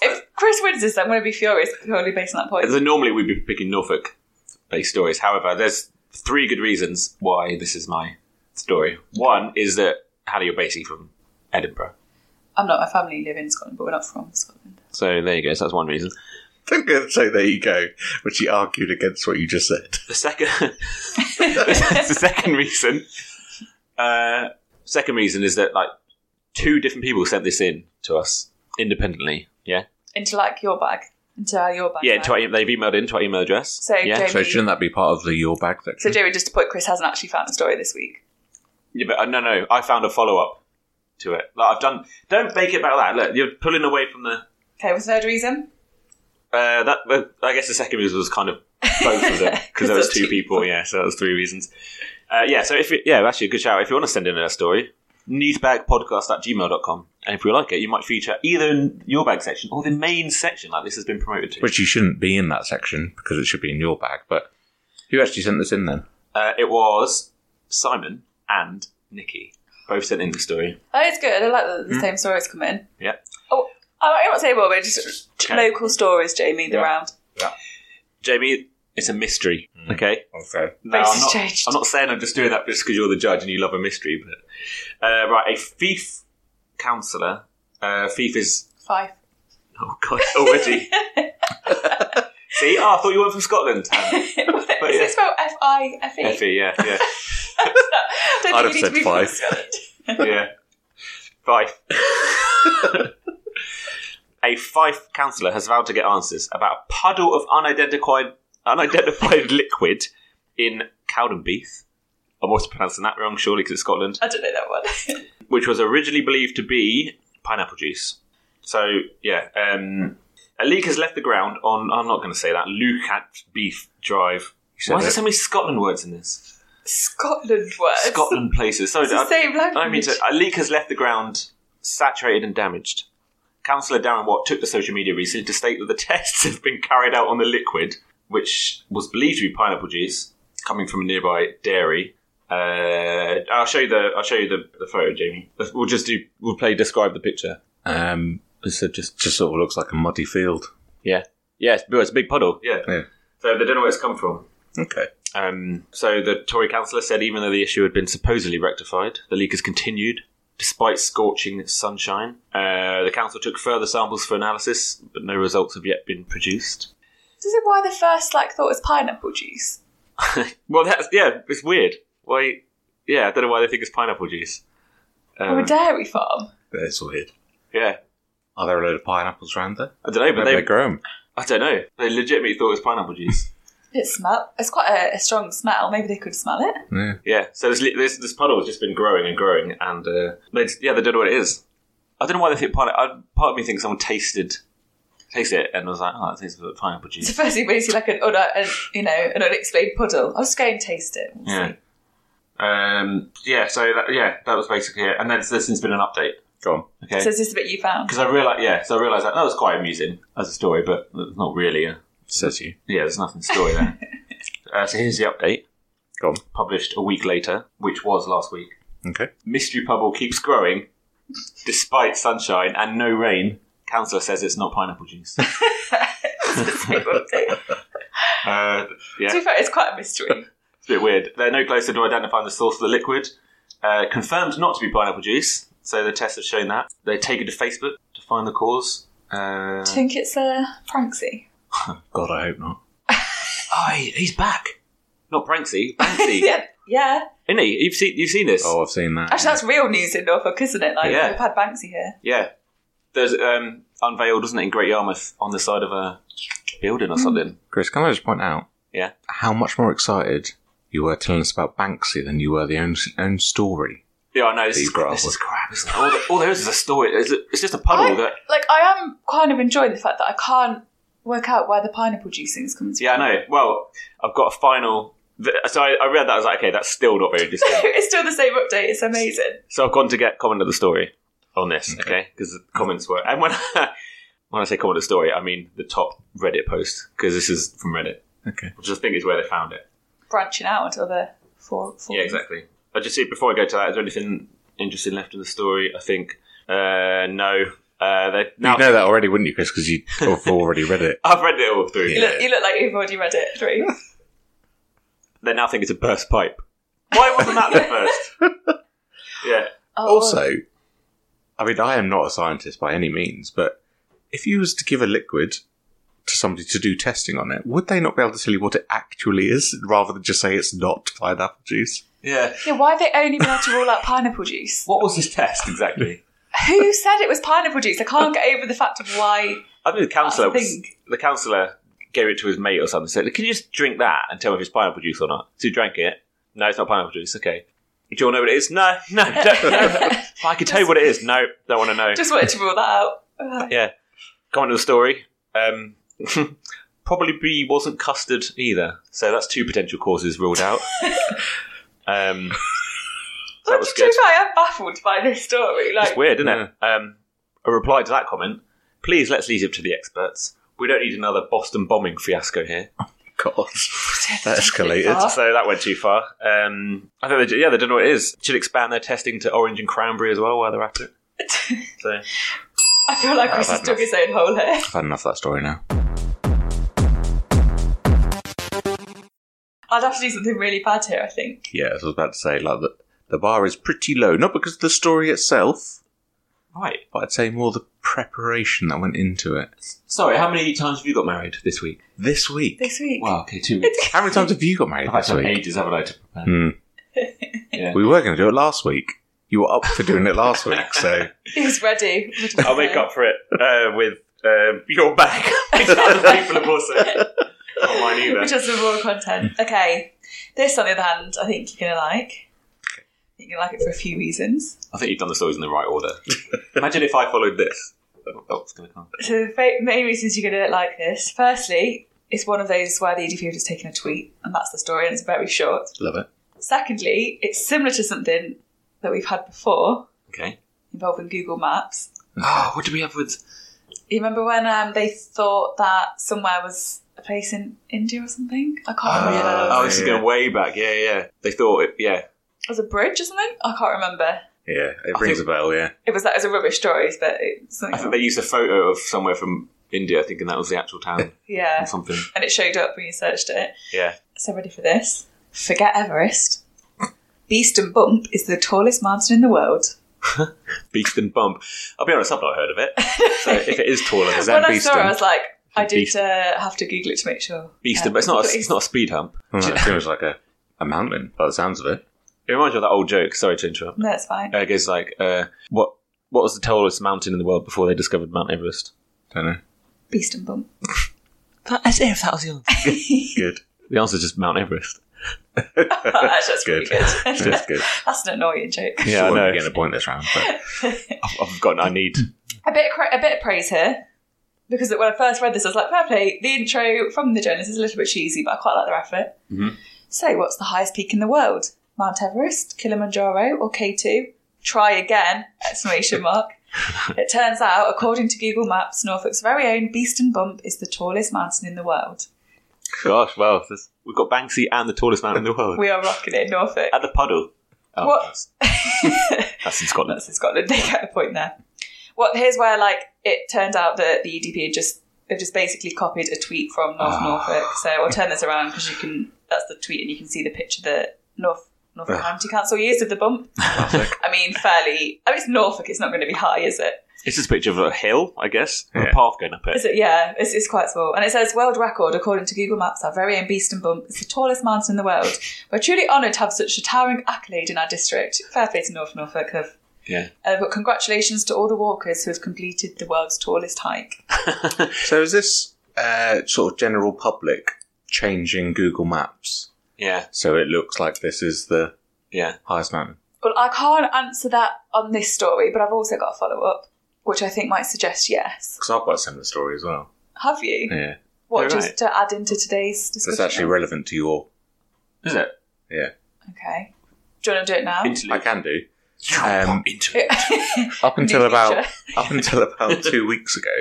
Speaker 1: If Chris wins this, I'm going to be furious purely based on that point.
Speaker 2: So normally we'd be picking Norfolk-based stories. However, there's three good reasons why this is my story. One is that Hannah, you're basically from Edinburgh,
Speaker 1: I'm not. My family live in Scotland, but we're not from Scotland.
Speaker 2: so there you go. So that's one reason.
Speaker 3: I'm going to say there you go, which he argued against what you just said.
Speaker 2: The second, the second reason, uh, second reason is that like two different people sent this in to us independently. Yeah,
Speaker 1: Into like your bag, into our your bag.
Speaker 2: yeah.
Speaker 1: bag.
Speaker 2: To our, e- they've emailed in to our email address.
Speaker 1: So,
Speaker 2: yeah,
Speaker 1: Jamie-
Speaker 3: So shouldn't that be part of the your bag that
Speaker 1: so Jamie, just to point, Chris hasn't actually found the story this week.
Speaker 2: Yeah, but uh, no, no. I found a follow up to it. Like I've done. Don't make it about that. Look, you're pulling away from the.
Speaker 1: Okay, was the third reason?
Speaker 2: Uh, that the, I guess the second reason was kind of both of them because there was two people. Yeah, so that was three reasons. Uh, yeah, so if you, yeah, actually a good shout. If you want to send in a story, newsbagpodcast at gmail.com. and if we like it, you might feature either in your bag section or the main section, like this has been promoted to.
Speaker 3: Which you shouldn't be in that section because it should be in your bag, but who actually sent this in then?
Speaker 2: Uh, it was Simon and Nikki both sent in the story.
Speaker 1: Oh, it's good. I like that the same stories come in.
Speaker 2: Hmm. Yeah.
Speaker 1: Oh, I'm not saying more, but just
Speaker 2: Okay.
Speaker 1: local stories, Jamie, the
Speaker 2: Yeah.
Speaker 1: round.
Speaker 2: Jamie, it's a mystery. Okay,
Speaker 3: Okay.
Speaker 2: No,
Speaker 1: Face
Speaker 2: I'm
Speaker 1: has
Speaker 2: not,
Speaker 1: changed.
Speaker 2: I'm not saying I'm just doing that just because you're the judge and you love a mystery. But uh, right, a thief counselor. Uh, thief is
Speaker 1: Five.
Speaker 2: oh god already. See, oh, I thought you weren't from Scotland. Hannah.
Speaker 1: Is it
Speaker 2: yeah.
Speaker 1: spelled F I F E?
Speaker 2: Effie, yeah, yeah,
Speaker 1: Don't
Speaker 3: I'd
Speaker 1: think you
Speaker 3: have
Speaker 1: need
Speaker 3: said
Speaker 1: to be from
Speaker 3: five.
Speaker 1: Scotland.
Speaker 2: yeah. Fife. a Fife councillor has vowed to get answers about a puddle of unidentified unidentified liquid in Cowdenbeath. I'm also pronouncing that wrong, surely, because it's Scotland.
Speaker 1: I don't know that one.
Speaker 2: which was originally believed to be pineapple juice. So yeah, um, a leak has left the ground on. I'm not going to say that. Lucat Beef Drive.
Speaker 3: said
Speaker 2: Why is there
Speaker 3: it.
Speaker 2: so many Scotland words in this?
Speaker 1: Scotland words.
Speaker 2: Scotland places. Sorry,
Speaker 1: It's the
Speaker 2: I,
Speaker 1: same
Speaker 2: I don't mean
Speaker 1: language.
Speaker 2: to. A leak has left the ground, saturated and damaged. Councillor Darren Watt took to social media recently to state that the tests have been carried out on the liquid, which was believed to be pineapple juice coming from a nearby dairy. Uh, I'll show you the I'll show you the, the photo, Jamie. We'll just do we'll play describe the picture.
Speaker 3: Um,
Speaker 2: So just
Speaker 3: just sort of looks like a muddy field.
Speaker 2: yeah, yeah. It's, it's a big puddle. Yeah.
Speaker 3: Yeah.
Speaker 2: So they don't know where it's come from.
Speaker 3: Okay.
Speaker 2: Um, so the Tory councillor said even though the issue had been supposedly rectified, the leak has continued despite scorching sunshine. Uh, the council took further samples for analysis, but no results have yet been produced.
Speaker 1: This is why the first like thought was pineapple juice.
Speaker 2: well, that's yeah, it's weird. Why? Yeah, I don't know why they think it's pineapple juice.
Speaker 1: From a
Speaker 2: Um,
Speaker 1: dairy farm.
Speaker 3: That's weird.
Speaker 2: yeah,
Speaker 3: Are there a load of pineapples around there?
Speaker 2: I don't know, but
Speaker 3: Maybe
Speaker 2: they,
Speaker 3: they grow 'em.
Speaker 2: I don't know. They legitimately thought it was pineapple juice.
Speaker 1: It smell. It's quite a, a strong smell. Maybe they could smell it.
Speaker 3: Yeah.
Speaker 2: Yeah, so this, this this puddle has just been growing and growing, and uh, they, yeah, they don't know what it is. I don't know why they think pineapple. I, part of me thinks someone tasted tasted it and was like, "Oh, that tastes like pineapple
Speaker 1: It's the
Speaker 2: juice."
Speaker 1: first thing when you see like an, un, an you know an unexplained puddle. I'll just go and taste it. We'll
Speaker 2: Yeah.
Speaker 1: see.
Speaker 2: Um. Yeah. So that, yeah, that was basically it. And then there's since been an update.
Speaker 3: Go on.
Speaker 2: Okay.
Speaker 1: So is this the bit you found?
Speaker 2: Because I realized, yeah, so I realized that that was quite amusing as a story, but it's not really a
Speaker 3: Says you.
Speaker 2: yeah. There's nothing story there. uh, so here's the update,
Speaker 3: Go on.
Speaker 2: published a week later, which was last week.
Speaker 3: Okay.
Speaker 2: mystery puddle keeps growing despite sunshine and no rain. Counselor says it's not pineapple juice. Uh,
Speaker 1: To be
Speaker 2: yeah,
Speaker 1: fair, it's quite a mystery.
Speaker 2: it's a bit weird. They're no closer to identifying the source of the liquid. Uh, confirmed not to be pineapple juice, so the tests have shown that. They take it to Facebook to find the cause. Uh,
Speaker 1: Do you think it's uh, Pranksy?
Speaker 3: God, I hope not.
Speaker 2: oh, he- he's back. Not Pranksy, Banksy.
Speaker 1: yeah, yeah.
Speaker 2: Isn't he? You've seen, you've seen this.
Speaker 3: Oh, I've seen that.
Speaker 1: Actually, that's real news in Norfolk, isn't it? Like
Speaker 2: Yeah.
Speaker 1: we've had Banksy here.
Speaker 2: Yeah. There's um, unveiled, wasn't it, in Great Yarmouth on the side of a building
Speaker 1: Hmm.
Speaker 2: or something.
Speaker 3: Chris, can I just point out
Speaker 2: Yeah.
Speaker 3: how much more excited you were telling us about Banksy than you were the own, own story?
Speaker 2: Yeah, I know. This,
Speaker 3: These
Speaker 2: is,
Speaker 3: grass.
Speaker 2: this is crap. Isn't it? All, the, all there is is a story. It's, a- it's just a puddle
Speaker 1: I,
Speaker 2: that.
Speaker 1: like I am kind of enjoying the fact that I can't work out where the pineapple juicings comes from.
Speaker 2: Yeah, I know. Well, I've got a final. th- So I, I read that. I was like, okay, that's still not very distinct.
Speaker 1: it's still the same update. It's amazing.
Speaker 2: so I've gone to get comment of the story on this, okay? Because the comments were. And when I, when I say comment of the story, I mean the top Reddit post, because this is from Reddit,
Speaker 3: Okay.
Speaker 2: which I think is where they found it.
Speaker 1: Branching out into other four. four
Speaker 2: Yeah, exactly. I just see before I go to that, is there anything interesting left in the story? I think uh, no. Uh, they now
Speaker 3: You'd know that already, wouldn't you, Chris? Because you've already read it.
Speaker 2: I've read it all through.
Speaker 1: You look, you look like you've already read it through.
Speaker 2: They now think it's a burst pipe. Why wasn't that the first? Yeah,
Speaker 1: Oh,
Speaker 3: Also, I mean, I am not a scientist by any means, but if you was to give a liquid to somebody to do testing on it, would they not be able to tell you what it actually is, rather than just say it's not pineapple juice?
Speaker 2: yeah.
Speaker 1: yeah. Why have they only been able to rule out pineapple juice?
Speaker 2: What was his test exactly?
Speaker 1: Who said it was pineapple juice? I can't get over the fact of why.
Speaker 2: I think the counsellor
Speaker 1: That's the
Speaker 2: was,
Speaker 1: thing.
Speaker 2: the counsellor gave it to his mate or something. Said, "Can you just drink that and tell me if it's pineapple juice or not?" So he drank it. No, it's not pineapple juice. Okay. Do you all know what it is? No, no. Don't, no. I can tell you what it is. No, don't want to know.
Speaker 1: Just wanted to rule that out. Uh,
Speaker 2: yeah. Comment on the story. Um, probably B wasn't custard either, so that's two potential causes ruled out. um, so that was
Speaker 1: to
Speaker 2: good.
Speaker 1: be fair, I am baffled by this story. Like,
Speaker 2: It's weird, isn't it? Um, a reply to that comment. Please let's leave it to the experts. We don't need another Boston bombing fiasco here.
Speaker 3: God, that escalated.
Speaker 1: Huh?
Speaker 2: So that went too far. Um, I think, they, yeah, they don't know what it is. Should expand their testing to orange and cranberry as well while they're at it. So
Speaker 1: I feel like Chris
Speaker 3: I've
Speaker 1: has
Speaker 3: had
Speaker 1: dug his own hole here.
Speaker 3: I've had enough of that story now.
Speaker 1: I'd have to do something really bad here, I think.
Speaker 3: Yeah, as I was about to say, like the, the bar is pretty low, not because of the story itself,
Speaker 2: right.
Speaker 3: but I'd say more the preparation that went into it.
Speaker 2: Sorry, how many times have you got married this week?
Speaker 3: This week,
Speaker 1: This week.
Speaker 2: Wow, okay, two weeks.
Speaker 3: how many times have you got married
Speaker 2: I've had
Speaker 3: this
Speaker 2: some
Speaker 3: week?
Speaker 2: ages, haven't I, to prepare?
Speaker 3: Hmm.
Speaker 2: Yeah.
Speaker 3: We were going to do it last week. You were up for doing it last week, so
Speaker 1: He's ready. What do
Speaker 2: I'll
Speaker 1: you
Speaker 2: make
Speaker 1: say?
Speaker 2: up for it uh, with um, your bag, which other people have also. Not mine
Speaker 1: Which
Speaker 2: either.
Speaker 1: has some more content. Okay. This, on the other hand, I think you're going to like. I think you're going to like it for a few reasons.
Speaker 2: I think you've done the stories in the right order. Imagine if I followed this. Oh, it's going to come.
Speaker 1: So the fa- main reasons you're going to like this. Firstly, it's one of those where the EDP have just taken a tweet, and that's the story, and it's very short.
Speaker 3: love it.
Speaker 1: Secondly, it's similar to something that we've had before
Speaker 2: Okay.
Speaker 1: involving Google Maps.
Speaker 2: Oh, what do we have with.
Speaker 1: You remember when um, they thought that somewhere was a place in India or something? I can't remember.
Speaker 2: oh, this is going way back. Yeah, yeah. They thought it. Yeah.
Speaker 1: It was a bridge or something? I can't remember.
Speaker 3: Yeah, it
Speaker 2: I
Speaker 3: rings
Speaker 2: think-
Speaker 3: a bell. Yeah,
Speaker 1: It was that as a rubbish story, but it's
Speaker 2: I think
Speaker 1: something.
Speaker 2: they used a photo of somewhere from India, thinking that was the actual town
Speaker 1: yeah,
Speaker 2: or something.
Speaker 1: and it showed up when you searched it.
Speaker 2: Yeah.
Speaker 1: So ready for this? Forget Everest. Beeston Bump is the tallest mountain in the world.
Speaker 2: Beast and Bump. I'll be honest, I've not heard of it. So if it is taller, than
Speaker 3: Is
Speaker 2: that
Speaker 3: that
Speaker 1: when I saw it,
Speaker 3: Beeston?
Speaker 1: I was like, I did
Speaker 2: Beeston.
Speaker 1: uh, have to Google it to make sure. Um,
Speaker 2: Beast
Speaker 1: Yeah.
Speaker 2: and But it's not, a, it's not a speed hump.
Speaker 3: Well, that seems like a, a mountain by the sounds of it.
Speaker 2: It reminds me of that old joke. Sorry to interrupt.
Speaker 1: No, it's fine.
Speaker 2: Uh, it goes like, uh, what what was the tallest mountain in the world before they discovered Mount Everest?
Speaker 3: Don't know.
Speaker 1: Beeston Bump.
Speaker 2: As if that was the answer.
Speaker 3: Good.
Speaker 2: The answer is just Mount Everest.
Speaker 1: That's just pretty
Speaker 3: Good.
Speaker 1: good.
Speaker 3: That's good.
Speaker 1: That's an annoying joke.
Speaker 2: Yeah, I
Speaker 3: Sure,
Speaker 2: know.
Speaker 3: we're getting a point this round, but
Speaker 2: I've, I've gotten. I need.
Speaker 1: A bit, of cra- a bit of praise here. Because when I first read this, I was like, fair play. The intro from the journalist is a little bit cheesy, but I quite like their effort.
Speaker 3: Mm-hmm.
Speaker 2: Mhm.
Speaker 1: So, what's the highest peak in the world? Mount Everest, Kilimanjaro, or K2? Try again! Exclamation mark. it turns out, according to Google Maps, Norfolk's very own Beeston Bump is the tallest mountain in the world.
Speaker 2: Gosh, well, this, we've got Banksy and the tallest mountain in the world
Speaker 1: We are rocking it in Norfolk.
Speaker 2: at the puddle. Oh,
Speaker 1: What?
Speaker 2: That's, that's in Scotland.
Speaker 1: That's in Scotland. They get a point there. Well, here's where like it turned out that the EDP had just had just basically copied a tweet from North Norfolk. So I'll turn this around because you can. That's the tweet, and you can see the picture that North Norfolk County Council used of the bump. I mean, fairly. I mean, it's Norfolk. It's not going to be high, is it?
Speaker 2: It's just a picture of a hill, I guess, with a
Speaker 3: Yeah.
Speaker 2: path going up it.
Speaker 1: Is it? Yeah, it's, it's quite small. And it says world record according to Google Maps. Our very own Beeston Bump is the tallest mountain in the world. We're truly honoured to have such a towering accolade in our district. Fair play to North Norfolk. They've
Speaker 2: Yeah.
Speaker 1: Uh, but congratulations to all the walkers who have completed the world's tallest hike.
Speaker 3: so is this uh, sort of general public changing Google Maps
Speaker 2: Yeah.
Speaker 3: so it looks like this is the
Speaker 2: Yeah.
Speaker 3: highest mountain?
Speaker 1: Well, I can't answer that on this story, but I've also got a follow up, which I think might suggest yes.
Speaker 3: Because I've got a similar story as well.
Speaker 1: Have you?
Speaker 3: Yeah.
Speaker 1: What,
Speaker 2: You're
Speaker 1: just
Speaker 2: right.
Speaker 1: to add into today's discussion?
Speaker 3: That's actually relevant to your.
Speaker 2: Is it?
Speaker 3: Yeah.
Speaker 1: Okay. Do you want to do it now?
Speaker 3: I can do.
Speaker 2: Um,
Speaker 3: Um, Up until about up until about two weeks ago,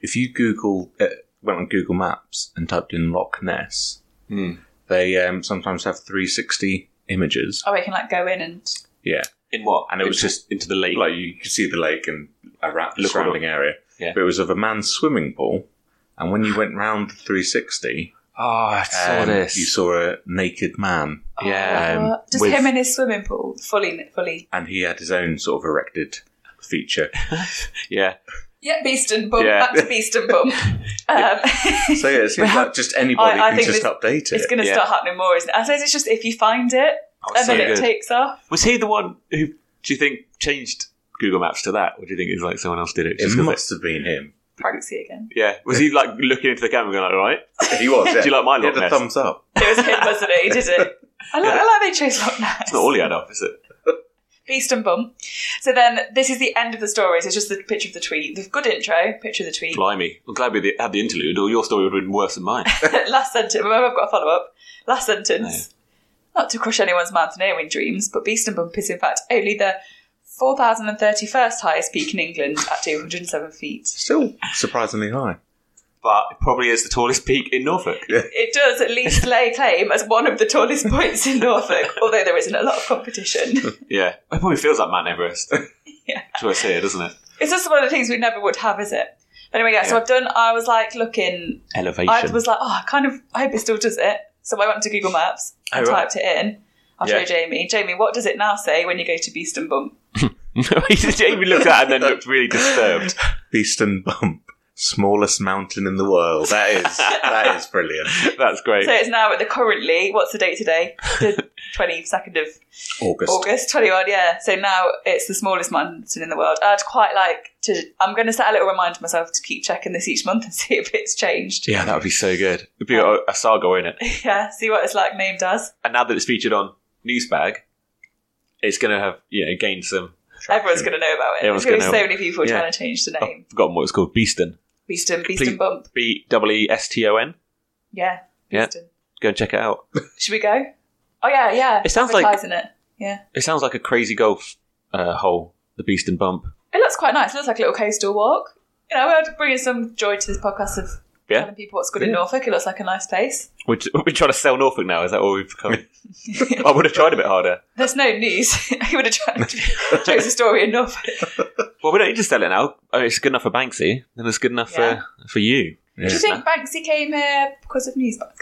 Speaker 3: if you Google uh, went on Google Maps and typed in Loch Ness,
Speaker 2: Hmm.
Speaker 3: they um, sometimes have 360 images.
Speaker 1: Oh, we can like go in and.
Speaker 3: Yeah,
Speaker 2: in what?
Speaker 3: And it was
Speaker 2: Into-
Speaker 3: just-
Speaker 2: into the lake.
Speaker 3: like you could see the lake and around the
Speaker 2: Look all
Speaker 3: surrounding area.
Speaker 2: Yeah.
Speaker 3: But it was of a man's swimming pool, and when you went round the 360,
Speaker 2: oh, I saw
Speaker 3: um,
Speaker 2: this.
Speaker 3: you saw a naked man,
Speaker 2: Yeah,
Speaker 3: um,
Speaker 1: Uh, just
Speaker 3: with-
Speaker 1: him in his swimming pool, fully, fully.
Speaker 3: and he had his own sort of erected feature.
Speaker 2: yeah.
Speaker 1: Yeah, beast and bump.
Speaker 2: Yeah.
Speaker 1: Back to beast and bump. Um,
Speaker 3: So yeah, it seems like just anybody
Speaker 1: I
Speaker 3: can
Speaker 1: think
Speaker 3: just
Speaker 1: this-
Speaker 3: update it.
Speaker 1: it's going to
Speaker 2: Yeah.
Speaker 1: start happening more, isn't it? I suppose it's just if you find it
Speaker 2: Oh,
Speaker 1: and
Speaker 2: so
Speaker 1: then it
Speaker 2: good.
Speaker 1: takes off.
Speaker 2: was he the one who do you think changed Google Maps to that, or do you think it was like someone else did it?
Speaker 3: It
Speaker 2: 'cause they-
Speaker 3: must have been him.
Speaker 1: Pregnancy again.
Speaker 2: yeah. Was he like looking into the camera, and going like, "All right,
Speaker 3: He was. Yeah.
Speaker 2: Do you like my
Speaker 3: He
Speaker 2: Loch
Speaker 3: had a
Speaker 2: Ness?
Speaker 3: thumbs up.
Speaker 1: It was him, wasn't it? He did it. I like, I like they chose Loch Ness.
Speaker 2: it's not all he had up, is it?"
Speaker 1: Beast and bum. So then this is the end of the stories. It's just the picture of the tweet. The good intro, picture of the tweet.
Speaker 2: Blimey, I'm glad we had the- had the interlude, or your story would have been worse than mine.
Speaker 1: Last sentence. Remember, I've got a follow up. Last sentence. Not to crush anyone's mountaineering dreams, but Beast and Bump is in fact only the 4,031st highest peak in England at 207 feet.
Speaker 3: Still surprisingly high.
Speaker 2: but it probably is the tallest peak in Norfolk.
Speaker 1: It does at least lay claim as one of the tallest points in Norfolk, although there isn't a lot of competition.
Speaker 2: Yeah, it probably feels like Mount Everest.
Speaker 1: Yeah.
Speaker 2: That's what I say, doesn't it?
Speaker 1: It's just one of the things we never would have, is it? Anyway, yeah, so
Speaker 2: Yeah.
Speaker 1: I've done, I was like looking
Speaker 2: Elevation.
Speaker 1: I was like, oh, I kind of, I hope it still does it. So I went to Google Maps and
Speaker 2: Oh, right.
Speaker 1: typed it in. I'll
Speaker 2: Yeah.
Speaker 1: show Jamie. Jamie, what does it now say when you go to Beast and Bump?
Speaker 2: Jamie looked at it and then looked really disturbed.
Speaker 3: Beeston Bump, smallest mountain in the world. That is that is brilliant.
Speaker 2: That's great.
Speaker 1: So it's now at the currently, what's the date today? The 22nd of
Speaker 3: August.
Speaker 1: August, 21, yeah. So now it's the smallest mountain in the world. I'd quite like to, I'm going to set a little reminder to myself to keep checking this each month and see if it's changed.
Speaker 2: yeah, that would be so good. It'd be a, a saga, in it?
Speaker 1: Yeah, see what it's like named as.
Speaker 2: And now that it's featured on Newsbag, it's going to have you know gained some.
Speaker 1: Everyone's going to know about it.
Speaker 2: Everyone's
Speaker 1: There's going to be
Speaker 2: gonna know.
Speaker 1: so many people
Speaker 2: Yeah. Oh.
Speaker 1: trying to change the
Speaker 2: I've
Speaker 1: name.
Speaker 2: forgotten what it's called. Beeston.
Speaker 1: Beast and, Beast
Speaker 2: Please-
Speaker 1: and Bump.
Speaker 2: B W E S T O N.
Speaker 1: Yeah.
Speaker 2: Yeah.
Speaker 1: Beast and-
Speaker 2: Go and check it out.
Speaker 1: Should we go? Oh yeah, yeah.
Speaker 2: It sounds like-
Speaker 1: Advertising it. Yeah,
Speaker 2: It sounds like a crazy golf uh, hole. The Beeston Bump.
Speaker 1: it looks quite nice. It looks like a little coastal walk. You know, we're bringing some joy to this podcast of
Speaker 2: Yeah.
Speaker 1: telling people what's good in Norfolk. It looks like a nice place.
Speaker 2: We're, we're trying to sell Norfolk now. Is that all we've become? I would have tried a bit harder.
Speaker 1: There's no news. I would have tried to chose a story in Norfolk.
Speaker 2: Well, we don't need to sell it now. Oh, it's good enough for Banksy, and it's good enough
Speaker 1: Yeah.
Speaker 2: for for you.
Speaker 1: Do you think Banksy came here because of Newsbox?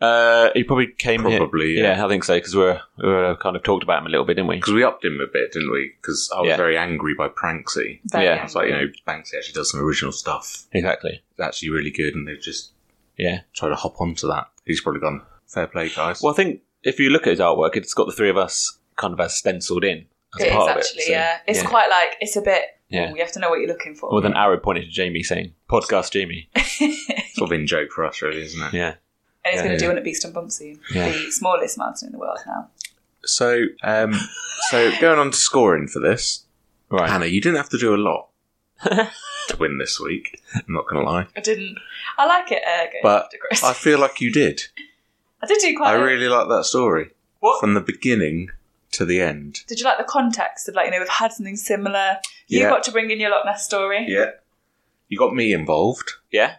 Speaker 2: Uh, he probably came here.
Speaker 3: Probably, yeah.
Speaker 2: I think so because we were, we were kind of talked about him a little bit, didn't we?
Speaker 3: Because we upped him a bit, didn't we? Because I was
Speaker 2: Yeah.
Speaker 3: very angry by Pranksy.
Speaker 1: Very
Speaker 2: Yeah,
Speaker 1: angry.
Speaker 3: It's like, you know, Banksy actually does some original stuff.
Speaker 2: Exactly.
Speaker 3: It's actually really good, and they've just
Speaker 2: Yeah.
Speaker 3: tried to hop onto that. He's probably gone, fair play, guys.
Speaker 2: Well, I think if you look at his artwork, it's got the three of us kind of as stenciled in as
Speaker 1: it is
Speaker 2: part of
Speaker 1: actually.
Speaker 2: it. so,
Speaker 1: yeah, it's quite like it's a bit.
Speaker 2: Yeah.
Speaker 1: Ooh, you have to know what you're looking for.
Speaker 2: With an arrow pointed to Jamie saying, "Podcast Jamie."
Speaker 3: sort of in joke for us, really, isn't it?
Speaker 2: Yeah.
Speaker 1: and he's
Speaker 2: yeah,
Speaker 1: going to do
Speaker 2: yeah.
Speaker 1: one at Beast and Bump soon.
Speaker 2: Yeah.
Speaker 1: The smallest mountain in the world now.
Speaker 3: So, um, so going on to scoring for this,
Speaker 2: Right.
Speaker 3: Hannah, you didn't have to do a lot to win this week. I'm not going to lie,
Speaker 1: I didn't. I like it. Uh, going
Speaker 3: But
Speaker 1: after Chris.
Speaker 3: I feel like you did.
Speaker 1: I did do quite.
Speaker 3: I
Speaker 1: a-
Speaker 3: really like that story
Speaker 2: What?
Speaker 3: from the beginning to the end.
Speaker 1: Did you like the context of like you know we've had something similar? You
Speaker 3: Yeah.
Speaker 1: got to bring in your Loch Ness story.
Speaker 3: Yeah, you got me involved.
Speaker 2: yeah.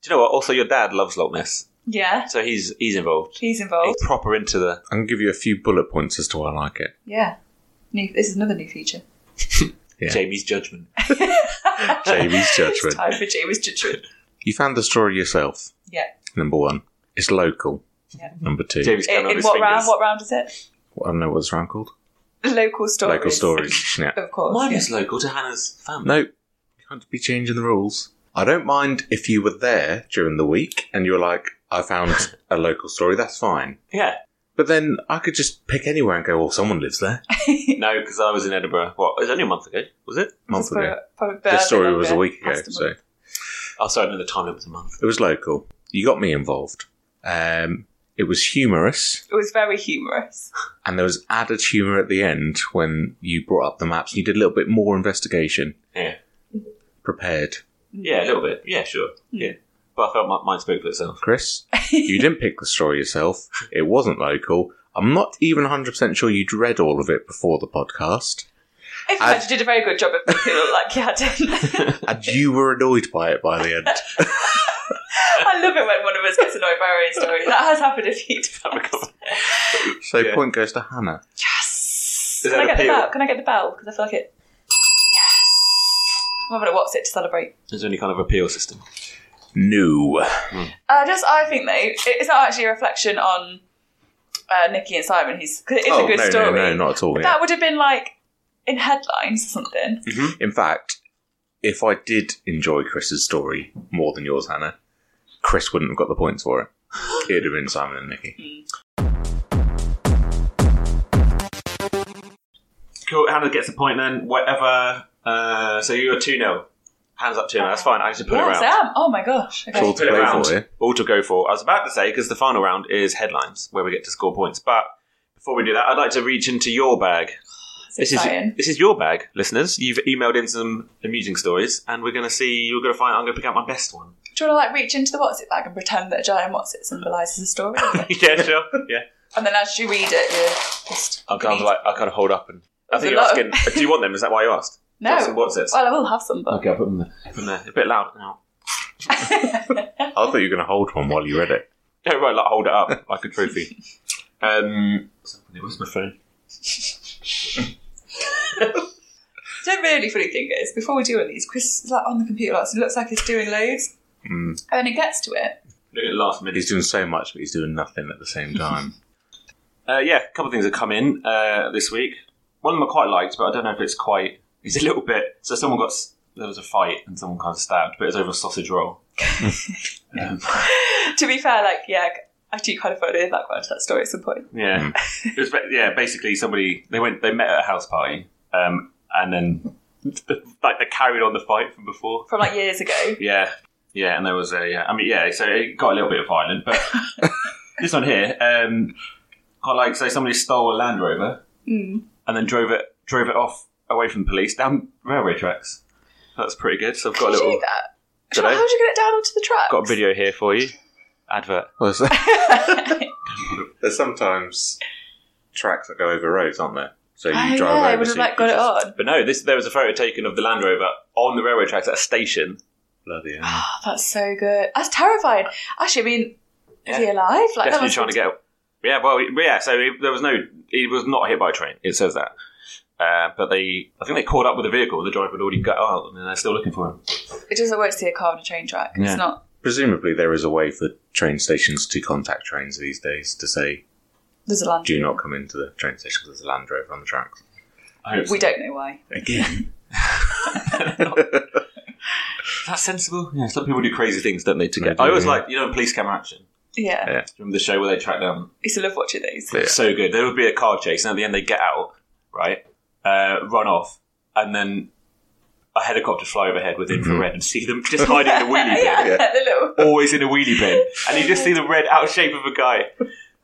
Speaker 2: Do you know what? Also, your dad loves Loch Ness,
Speaker 1: Yeah,
Speaker 2: so he's he's involved.
Speaker 1: he's
Speaker 2: He's
Speaker 1: involved.
Speaker 2: proper into the.
Speaker 3: I'm going to give you a few bullet points as to why I like it.
Speaker 1: Yeah, new. This is another new feature.
Speaker 3: Yeah.
Speaker 2: Jamie's judgment.
Speaker 3: Jamie's
Speaker 1: It's
Speaker 3: judgment.
Speaker 1: time for Jamie's judgment.
Speaker 3: You found the story yourself.
Speaker 1: Yeah.
Speaker 3: Number one, it's local.
Speaker 1: Yeah.
Speaker 3: Number two,
Speaker 2: Jamie's
Speaker 1: In,
Speaker 2: going on
Speaker 1: in
Speaker 2: his
Speaker 1: what
Speaker 2: fingers.
Speaker 1: round? What round is it?
Speaker 3: I don't know what it's around called.
Speaker 1: Local stories.
Speaker 3: Local stories. yeah.
Speaker 1: Of course.
Speaker 2: Mine
Speaker 1: yeah.
Speaker 2: is local to Hannah's family.
Speaker 3: No, you can't be changing the rules. I don't mind if you were there during the week and you were like, I found a local story, that's fine.
Speaker 2: Yeah.
Speaker 3: But then I could just pick anywhere and go, well, someone lives there.
Speaker 2: No, because I was in Edinburgh. What? It was only a month ago, was it?
Speaker 3: A month
Speaker 1: It's probably-
Speaker 3: ago.
Speaker 1: probably
Speaker 3: The
Speaker 1: barely
Speaker 3: story was a
Speaker 1: longer,
Speaker 3: week ago,
Speaker 1: past a
Speaker 3: so
Speaker 1: month.
Speaker 2: Oh, sorry, I know the time limit was a month.
Speaker 3: it was local. You got me involved. Um, It was humorous,
Speaker 1: It was very humorous.
Speaker 3: and there was added humor at the end when you brought up the maps and you did a little bit more investigation.
Speaker 2: Yeah.
Speaker 3: Prepared.
Speaker 2: Yeah, a little bit. Yeah, sure. Yeah. But I felt my, mine spoke for itself.
Speaker 3: Chris, you didn't pick the story yourself. It wasn't local. I'm not even 100% sure you'd read all of it before the podcast.
Speaker 1: In fact, you did a very good job of making it look like you hadn't.
Speaker 3: And you were annoyed by it by the end.
Speaker 1: I love it when one of us gets annoyed by our own story. That has happened a few times.
Speaker 3: So
Speaker 2: Yeah.
Speaker 3: point goes to Hannah.
Speaker 1: Yes.
Speaker 2: Is
Speaker 1: Can I
Speaker 2: that
Speaker 1: get the
Speaker 2: appeal?
Speaker 1: bell? Can I get the bell? Because I feel like it. Yes. I'm having to watch it to celebrate.
Speaker 2: There's any kind of appeal system.
Speaker 3: No.
Speaker 1: Uh, just, I think though, it's not actually a reflection on uh, Nikki and Simon. He's because it is
Speaker 2: Oh,
Speaker 1: a good
Speaker 3: Oh, no,
Speaker 1: story.
Speaker 3: no, no, not at all.
Speaker 1: But
Speaker 3: yeah.
Speaker 1: That would have been like in headlines or something.
Speaker 3: In fact, if I did enjoy Chris's story more than yours, Hannah, Chris wouldn't have got the points for it. It would have been Simon and Nikki.
Speaker 2: Cool. Hannah gets a point then. Whatever. Uh, so you're 2 0. Hands up 2 0. That's fine. I should put it
Speaker 1: yes,
Speaker 2: around.
Speaker 1: I am. Oh my gosh. Okay.
Speaker 3: Cool.
Speaker 2: Put it
Speaker 3: Play
Speaker 2: around.
Speaker 3: for it.
Speaker 2: All to go for. I was about to say, because the final round is headlines, where we get to score points. But before we do that, I'd like to reach into your bag.
Speaker 1: It's
Speaker 2: This is,
Speaker 1: exciting.
Speaker 2: this is your bag, listeners. You've emailed in some amusing stories, and we're going to see. You're going to find. I'm going to pick out my best one.
Speaker 1: Do you want to like reach into the What's It bag and pretend that a giant What's It symbolises a story?
Speaker 2: yeah, sure. Yeah.
Speaker 1: and then as you read it, you're just.
Speaker 2: I kind of like. I kind of hold up and. I
Speaker 1: There's
Speaker 2: think you're
Speaker 1: a lot
Speaker 2: asking. Do you want them? Is that why you asked?
Speaker 1: No.
Speaker 2: What's, what's this?
Speaker 1: Well, I will have some, but.
Speaker 2: Okay, I'll put them there. Put them there. A bit loud now.
Speaker 3: I thought you were going to hold one while you read it.
Speaker 2: Yeah, right, like hold it up like a trophy. um, where's my phone?
Speaker 1: The really funny thing is, before we do one of these, Chris is like on the computer lots. It looks like he's doing loads,
Speaker 2: Hmm.
Speaker 3: Mm.
Speaker 1: and then he gets to it.
Speaker 2: Look at the last minute.
Speaker 3: He's doing so much, but he's doing nothing at the same time.
Speaker 2: Uh, yeah, a couple of things have come in uh, this week. One of them I quite liked, but I don't know if it's quite. It's a little bit. So someone got s- there was a fight and someone kind of stabbed, but it was over a sausage roll. um,
Speaker 1: To be fair, like yeah, I do kind of want to hear that, that story at some point.
Speaker 2: Yeah, it was. ba- Yeah, basically, somebody they went they met at a house party, um, and then like they carried on the fight from before.
Speaker 1: from like years ago.
Speaker 2: Yeah, yeah, and there was a. Yeah, I mean, yeah, so it got a little bit violent, but this one here, um, quite like say somebody stole a Land Rover
Speaker 1: Mm.
Speaker 2: and then drove it drove it off away from the police down railway tracks. That's pretty good. So I've got
Speaker 1: Did
Speaker 2: a
Speaker 1: you
Speaker 2: little
Speaker 1: do that?
Speaker 2: Did
Speaker 1: Sure,
Speaker 2: I?
Speaker 1: how'd you get it down onto the track?
Speaker 2: got a video here for you. Advert.
Speaker 3: Well, so-
Speaker 1: video.
Speaker 3: There's sometimes tracks that go over roads, aren't there? So you
Speaker 1: oh,
Speaker 3: drive
Speaker 1: yeah,
Speaker 3: over.
Speaker 1: I would have
Speaker 3: so
Speaker 1: like
Speaker 3: you
Speaker 1: got it
Speaker 3: just-
Speaker 1: on.
Speaker 2: But no, this there was a photo taken of the Land Rover on the railway tracks at a station.
Speaker 3: Bloody hell.
Speaker 1: Oh, that's so good. That's terrifying. Actually, I mean, is he alive? Like,
Speaker 2: definitely trying to get. Yeah, well, yeah. So he, there was no. He was not hit by a train. It says that. Uh, but they, I think they caught up with the vehicle. The driver had already got out, and they're still looking for him.
Speaker 1: It doesn't work to see a car on a train track.
Speaker 2: Yeah.
Speaker 1: It's not.
Speaker 3: Presumably, there is a way for train stations to contact trains these days to say,
Speaker 1: There's a land.
Speaker 3: do not come into the train station because there's a Land Rover on the tracks.
Speaker 2: I hope
Speaker 1: We don't know why.
Speaker 3: Again.
Speaker 2: That's sensible. Yeah, some people do crazy things, don't they? To
Speaker 3: They
Speaker 2: get.
Speaker 3: do,
Speaker 2: I always
Speaker 3: yeah.
Speaker 2: like you know police camera action.
Speaker 1: Yeah.
Speaker 3: Yeah.
Speaker 1: yeah.
Speaker 2: Remember the show where they track down?
Speaker 1: I used to love watching these.
Speaker 3: Yeah.
Speaker 2: So good. There would be a car chase, and at the end they get out, right, uh, run off, and then a helicopter fly overhead with infrared
Speaker 3: Mm-hmm.
Speaker 2: and see them just hiding in the wheelie bin.
Speaker 1: yeah,
Speaker 3: yeah.
Speaker 1: the little.
Speaker 2: always in a wheelie bin, and you just see the red out shape of a guy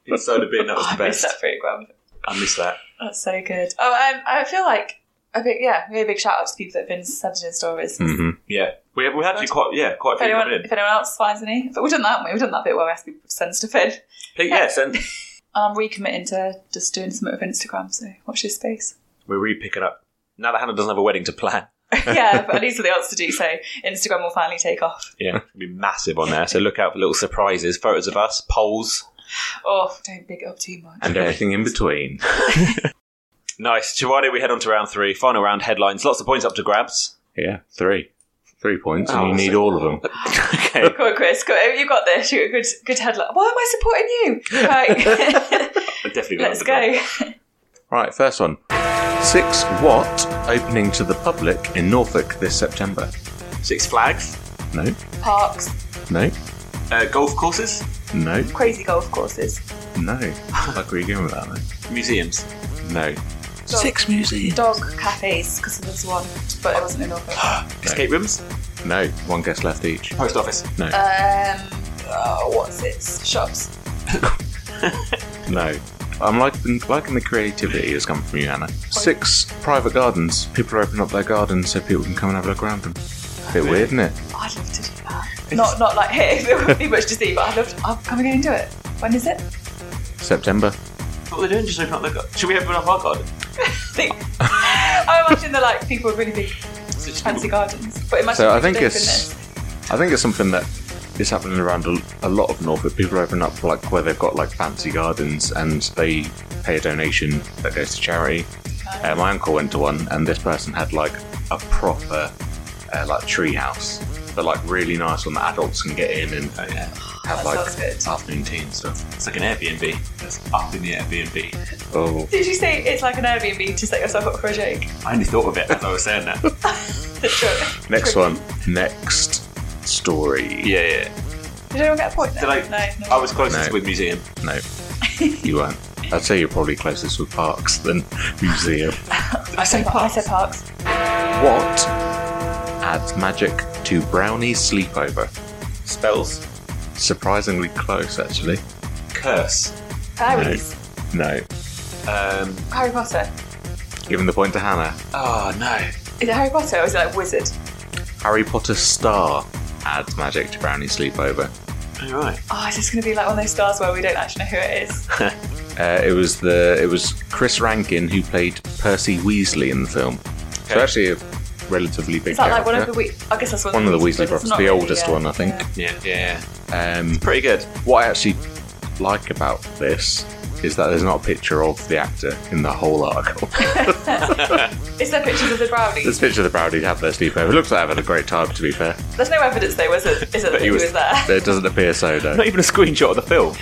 Speaker 2: inside a bin. That was
Speaker 1: I
Speaker 2: the
Speaker 1: miss that
Speaker 2: best.
Speaker 1: program.
Speaker 2: I miss that.
Speaker 1: That's so good. Oh, um, I feel like a big yeah, maybe a big shout out to people that have been sending in stories.
Speaker 3: hmm
Speaker 2: Yeah, we we had actually quite yeah quite a
Speaker 1: If
Speaker 2: few
Speaker 1: anyone,
Speaker 2: coming in.
Speaker 1: if anyone else finds any, but we've done that. haven't we? We've done that bit where we ask people to send stuff in.
Speaker 2: Pete, yes, and
Speaker 1: And I'm recommitting to just doing some of Instagram. So watch this space.
Speaker 2: we're re picking up now that Hannah doesn't have a wedding to plan.
Speaker 1: yeah, but at least something else to do. So Instagram will finally take off.
Speaker 2: Yeah, it'll be massive on there. So look out for little surprises, photos of us, polls.
Speaker 1: Oh, don't big it up too much.
Speaker 3: And everything in between.
Speaker 2: Nice. So why don't we head on to round three? Final round headlines. Lots of points up to grabs.
Speaker 3: Yeah, three. Three points,
Speaker 2: Oh,
Speaker 3: and you need
Speaker 2: so-
Speaker 3: all of them.
Speaker 2: okay.
Speaker 1: Come on, Chris. Go, you got this. You got a good, good headline. Why am I supporting you? Right.
Speaker 2: I'm definitely gonna
Speaker 1: Let's
Speaker 2: have to
Speaker 1: go.
Speaker 3: Right, first one. Six Watt opening to the public in Norfolk this September.
Speaker 2: Six Flags,
Speaker 3: No,
Speaker 1: Parks,
Speaker 3: no,
Speaker 2: uh, golf courses,
Speaker 3: no,
Speaker 1: crazy golf courses,
Speaker 3: no. Like, were you going with that, mate?
Speaker 2: museums.
Speaker 3: No.
Speaker 1: Six
Speaker 3: museums.
Speaker 1: dog cafes, because there was one, but it wasn't in Norfolk.
Speaker 2: Escape rooms,
Speaker 3: No, one guess left each.
Speaker 2: post office,
Speaker 3: No.
Speaker 1: Um, oh, what's it? Shops.
Speaker 3: No. I'm liking, liking the creativity that's come from you, Anna. Six private gardens. People are opening up their gardens so people can come and have a look around them. Bit weird, isn't it?
Speaker 1: Oh, I'd love to do that. Not not like here. There wouldn't be much to see, but I'd love. To, I'll come and go and do it. When is it?
Speaker 3: September.
Speaker 2: What are they doing? Just open up their garden. Should we open up our garden?
Speaker 1: I imagine they're like people with really big, fancy gardens. But imagine
Speaker 3: So
Speaker 1: if
Speaker 3: I
Speaker 1: we could
Speaker 3: think
Speaker 1: open
Speaker 3: it's-
Speaker 1: this.
Speaker 3: I think it's something that is happening around a, a lot of Norfolk. People are opening up like where they've got like fancy gardens and they pay a donation that goes to charity. Uh, my uncle went to one and this person had like a proper uh, like tree house, but like really nice one that adults can get in and uh, have
Speaker 1: That
Speaker 3: like
Speaker 1: sounds good.
Speaker 3: afternoon tea and stuff.
Speaker 2: It's like an Airbnb. It's up in the Airbnb.
Speaker 3: Oh,
Speaker 1: Did you say it's like an Airbnb to set yourself up for a joke?
Speaker 2: I only thought of it as I was saying that.
Speaker 1: The joke.
Speaker 3: next
Speaker 1: Joke.
Speaker 3: one. Next story.
Speaker 2: Yeah, yeah.
Speaker 1: Did anyone get a point?
Speaker 2: Did
Speaker 1: Then?
Speaker 2: I,
Speaker 1: no, no.
Speaker 2: I was closest
Speaker 3: No.
Speaker 2: with museum.
Speaker 3: No, you weren't. I'd say you're probably closest with parks than museum.
Speaker 1: I said parks. I said parks.
Speaker 3: What adds magic to brownie sleepover?
Speaker 2: Spells.
Speaker 3: Surprisingly close, actually.
Speaker 2: Curse.
Speaker 1: Fairies.
Speaker 3: No.
Speaker 2: Um,
Speaker 1: Harry Potter.
Speaker 3: Giving the point to Hannah.
Speaker 2: oh, no.
Speaker 1: Is it Harry Potter or is it like wizard?
Speaker 3: Harry Potter star adds magic to brownie sleepover.
Speaker 2: All right.
Speaker 1: Oh, is this going to be like one of those stars where we don't actually know who it is?
Speaker 3: Uh, it was the it was Chris Rankin who played Percy Weasley in the film. So
Speaker 2: Okay.
Speaker 3: actually a relatively big
Speaker 1: Is that like one of
Speaker 3: character.
Speaker 1: the we- I guess that's one,
Speaker 3: One of the Weasley
Speaker 1: but
Speaker 3: brothers,
Speaker 1: it's not
Speaker 3: the
Speaker 1: really,
Speaker 3: oldest
Speaker 1: yeah.
Speaker 3: one, I think.
Speaker 1: Yeah.
Speaker 2: Yeah, yeah, yeah.
Speaker 3: Um,
Speaker 2: Pretty good.
Speaker 3: what I actually like about this is that there's not a picture of the actor in the whole article.
Speaker 1: Is there pictures of the brownies?
Speaker 3: There's a picture of the brownie to have their sleepover. Looks like they've had a great time, to be fair.
Speaker 1: There's no evidence though, is it? Is it that he was, there?
Speaker 3: It doesn't appear so, no.
Speaker 2: Not even a screenshot of the film.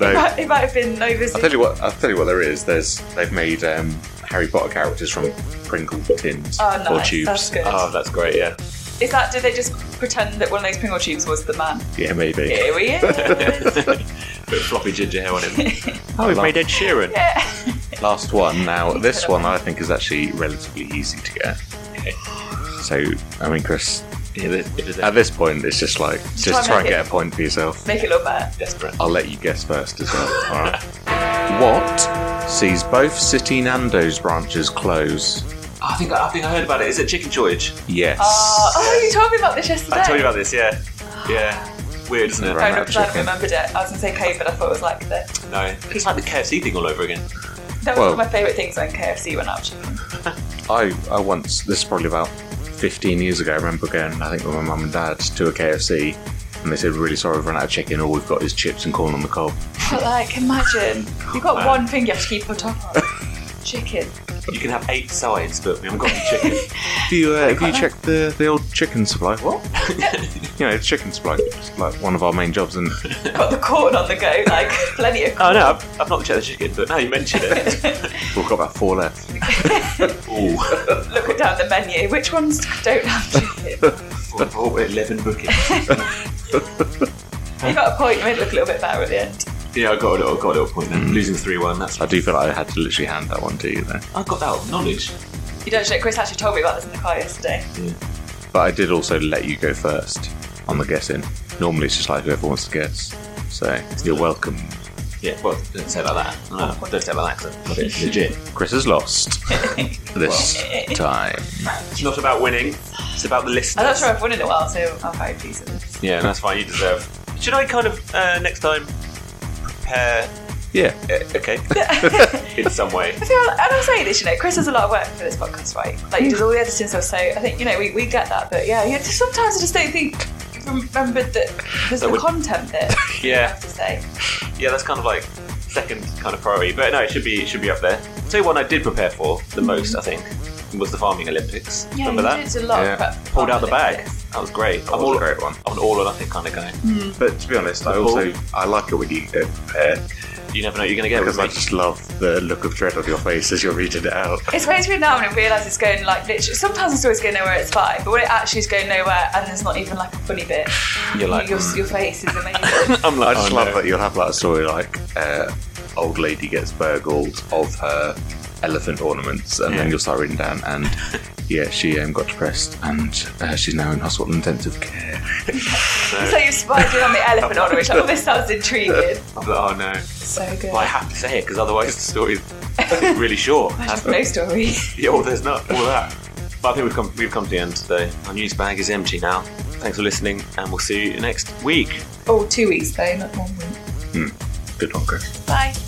Speaker 3: no.
Speaker 1: It might have been no visit.
Speaker 3: I'll tell you what. I'll tell you what there is. There's they've made um, Harry Potter characters from Pringle tins
Speaker 1: Oh,
Speaker 3: or
Speaker 1: nice.
Speaker 3: tubes.
Speaker 1: That's good.
Speaker 2: Oh, that's great, yeah.
Speaker 1: Is that? Did they just pretend that one of those Pringle tubes was the man?
Speaker 3: Yeah, maybe.
Speaker 1: Here we is.
Speaker 2: Bit of floppy ginger hair on him. oh, we've
Speaker 3: love-
Speaker 2: made Ed Sheeran.
Speaker 3: Last one. Now this one I think is actually relatively easy to get. So I mean, Chris,
Speaker 2: Yeah, this- it is
Speaker 3: at this point it's just like just,
Speaker 1: try
Speaker 3: try
Speaker 1: and
Speaker 3: and
Speaker 1: make
Speaker 3: get a point for yourself.
Speaker 1: Make it look better.
Speaker 2: desperate.
Speaker 3: I'll let you guess first as well. All right. What sees both City Nando's branches close?
Speaker 2: I think I think I heard about it. Is it chicken shortage?
Speaker 3: Yes.
Speaker 1: Uh, oh, you told me about this yesterday.
Speaker 2: I told you about this. Yeah, yeah. Weird, isn't it?
Speaker 3: Right.
Speaker 1: I don't,
Speaker 3: about
Speaker 1: I don't
Speaker 3: chicken.
Speaker 1: remembered it. I was going to say COVID. I thought it was like the.
Speaker 2: No, it's like the KFC thing all over again.
Speaker 1: That was
Speaker 3: Well-
Speaker 1: one of my favourite things when KFC went out. chicken.
Speaker 3: I, I once, this is probably about 15 years ago, I remember going, I think with my mum and dad, to a KFC, and they said, We're really sorry we've run out of chicken, all we've got is chips and corn on the cob.
Speaker 1: But like, imagine you've got
Speaker 2: Man.
Speaker 1: one thing you have to keep on top of. Chicken.
Speaker 2: You can have eight sides, but we haven't got any chicken.
Speaker 3: Have you, uh, have you checked the, the old chicken supply? What? you know, chicken supply. It's like one of our main jobs, and
Speaker 1: Got the corn on the go. Like plenty of.
Speaker 2: oh no, I've, I've not checked the chicken, but now you mention it.
Speaker 3: we've got about four left.
Speaker 2: Ooh,
Speaker 1: Look down the menu. Which ones don't have chicken?
Speaker 2: four, four, eleven bookings.
Speaker 1: You got a point. You made it look a little bit better at the end.
Speaker 2: Yeah, I got a little, got a little point then. Losing three one. That's
Speaker 3: I do feel like I had to literally hand that one to you there.
Speaker 2: I got that knowledge.
Speaker 1: You don't know. Chris actually told me about this in the car yesterday.
Speaker 3: But I did also let you go first on the guessing. Normally it's just like whoever wants to guess. So you're welcome.
Speaker 2: Yeah, well, don't say it like that. No, don't say it like that. 'cause It's legit.
Speaker 3: Chris has lost this time.
Speaker 2: It's not about winning. It's about the
Speaker 1: I'm
Speaker 2: listeners.
Speaker 1: not sure I've won in a while, so I'm very pleased with this.
Speaker 2: Yeah, that's fine. You deserve. Should I kind of uh, next time prepare?
Speaker 3: Yeah.
Speaker 2: Uh, okay. In some way.
Speaker 1: I feel, and I'm saying this, you know, Chris does a lot of work for this podcast, right? Like, he does all the editing stuff, so I think, you know, we, we get that, but yeah, yeah just sometimes I just don't think you've remembered that there's the
Speaker 2: would-
Speaker 1: content there, I
Speaker 2: Yeah,
Speaker 1: have to say.
Speaker 2: yeah. That's kind of like second kind of priority, but no, it should be it should be up there. Tell you one I did prepare for the most, I think, was the farming Olympics.
Speaker 1: Yeah,
Speaker 2: Remember
Speaker 1: you
Speaker 2: that?
Speaker 1: did a lot
Speaker 3: Yeah.
Speaker 1: of prep. for
Speaker 2: Pulled out the
Speaker 1: Parliament
Speaker 2: bag. That was great.
Speaker 3: That
Speaker 2: I'm
Speaker 3: was
Speaker 2: all
Speaker 3: a great one.
Speaker 2: I'm an all or nothing kind of guy.
Speaker 3: But to be honest, I
Speaker 2: The
Speaker 3: also
Speaker 2: ball.
Speaker 3: I like it when you don't prepare
Speaker 2: You never know what you're going to get.
Speaker 3: because
Speaker 2: With
Speaker 3: I
Speaker 2: me.
Speaker 3: just love the look of dread on your face as you're reading it out.
Speaker 1: It's way to me now and I realise it's going like literally. Sometimes it's always going nowhere, it's fine, but when it actually is going nowhere and there's not even like a funny bit,
Speaker 2: You're like, "Hmm."
Speaker 1: your, your face is amazing.
Speaker 2: I'm
Speaker 3: I
Speaker 2: like,
Speaker 3: just
Speaker 2: oh,
Speaker 3: love
Speaker 2: no.
Speaker 3: that you'll have like a story like uh, old lady gets burgled of her elephant ornaments, and
Speaker 2: Yeah.
Speaker 3: then you'll start reading down and yeah, she um, got depressed and uh, she's now in hospital intensive care.
Speaker 1: So you've spied in on the elephant on which all this sounds intriguing.
Speaker 2: I was like, oh no.
Speaker 1: So good.
Speaker 2: But I have to say it because otherwise the story's really short.
Speaker 1: That's no story.
Speaker 2: Yeah, well, there's not all that. But I think we've come, we've come to the end today. Our news bag is empty now. Thanks for listening, and we'll see you next week.
Speaker 1: Oh, two weeks though, not one week.
Speaker 3: Good one, Chris.
Speaker 1: Bye.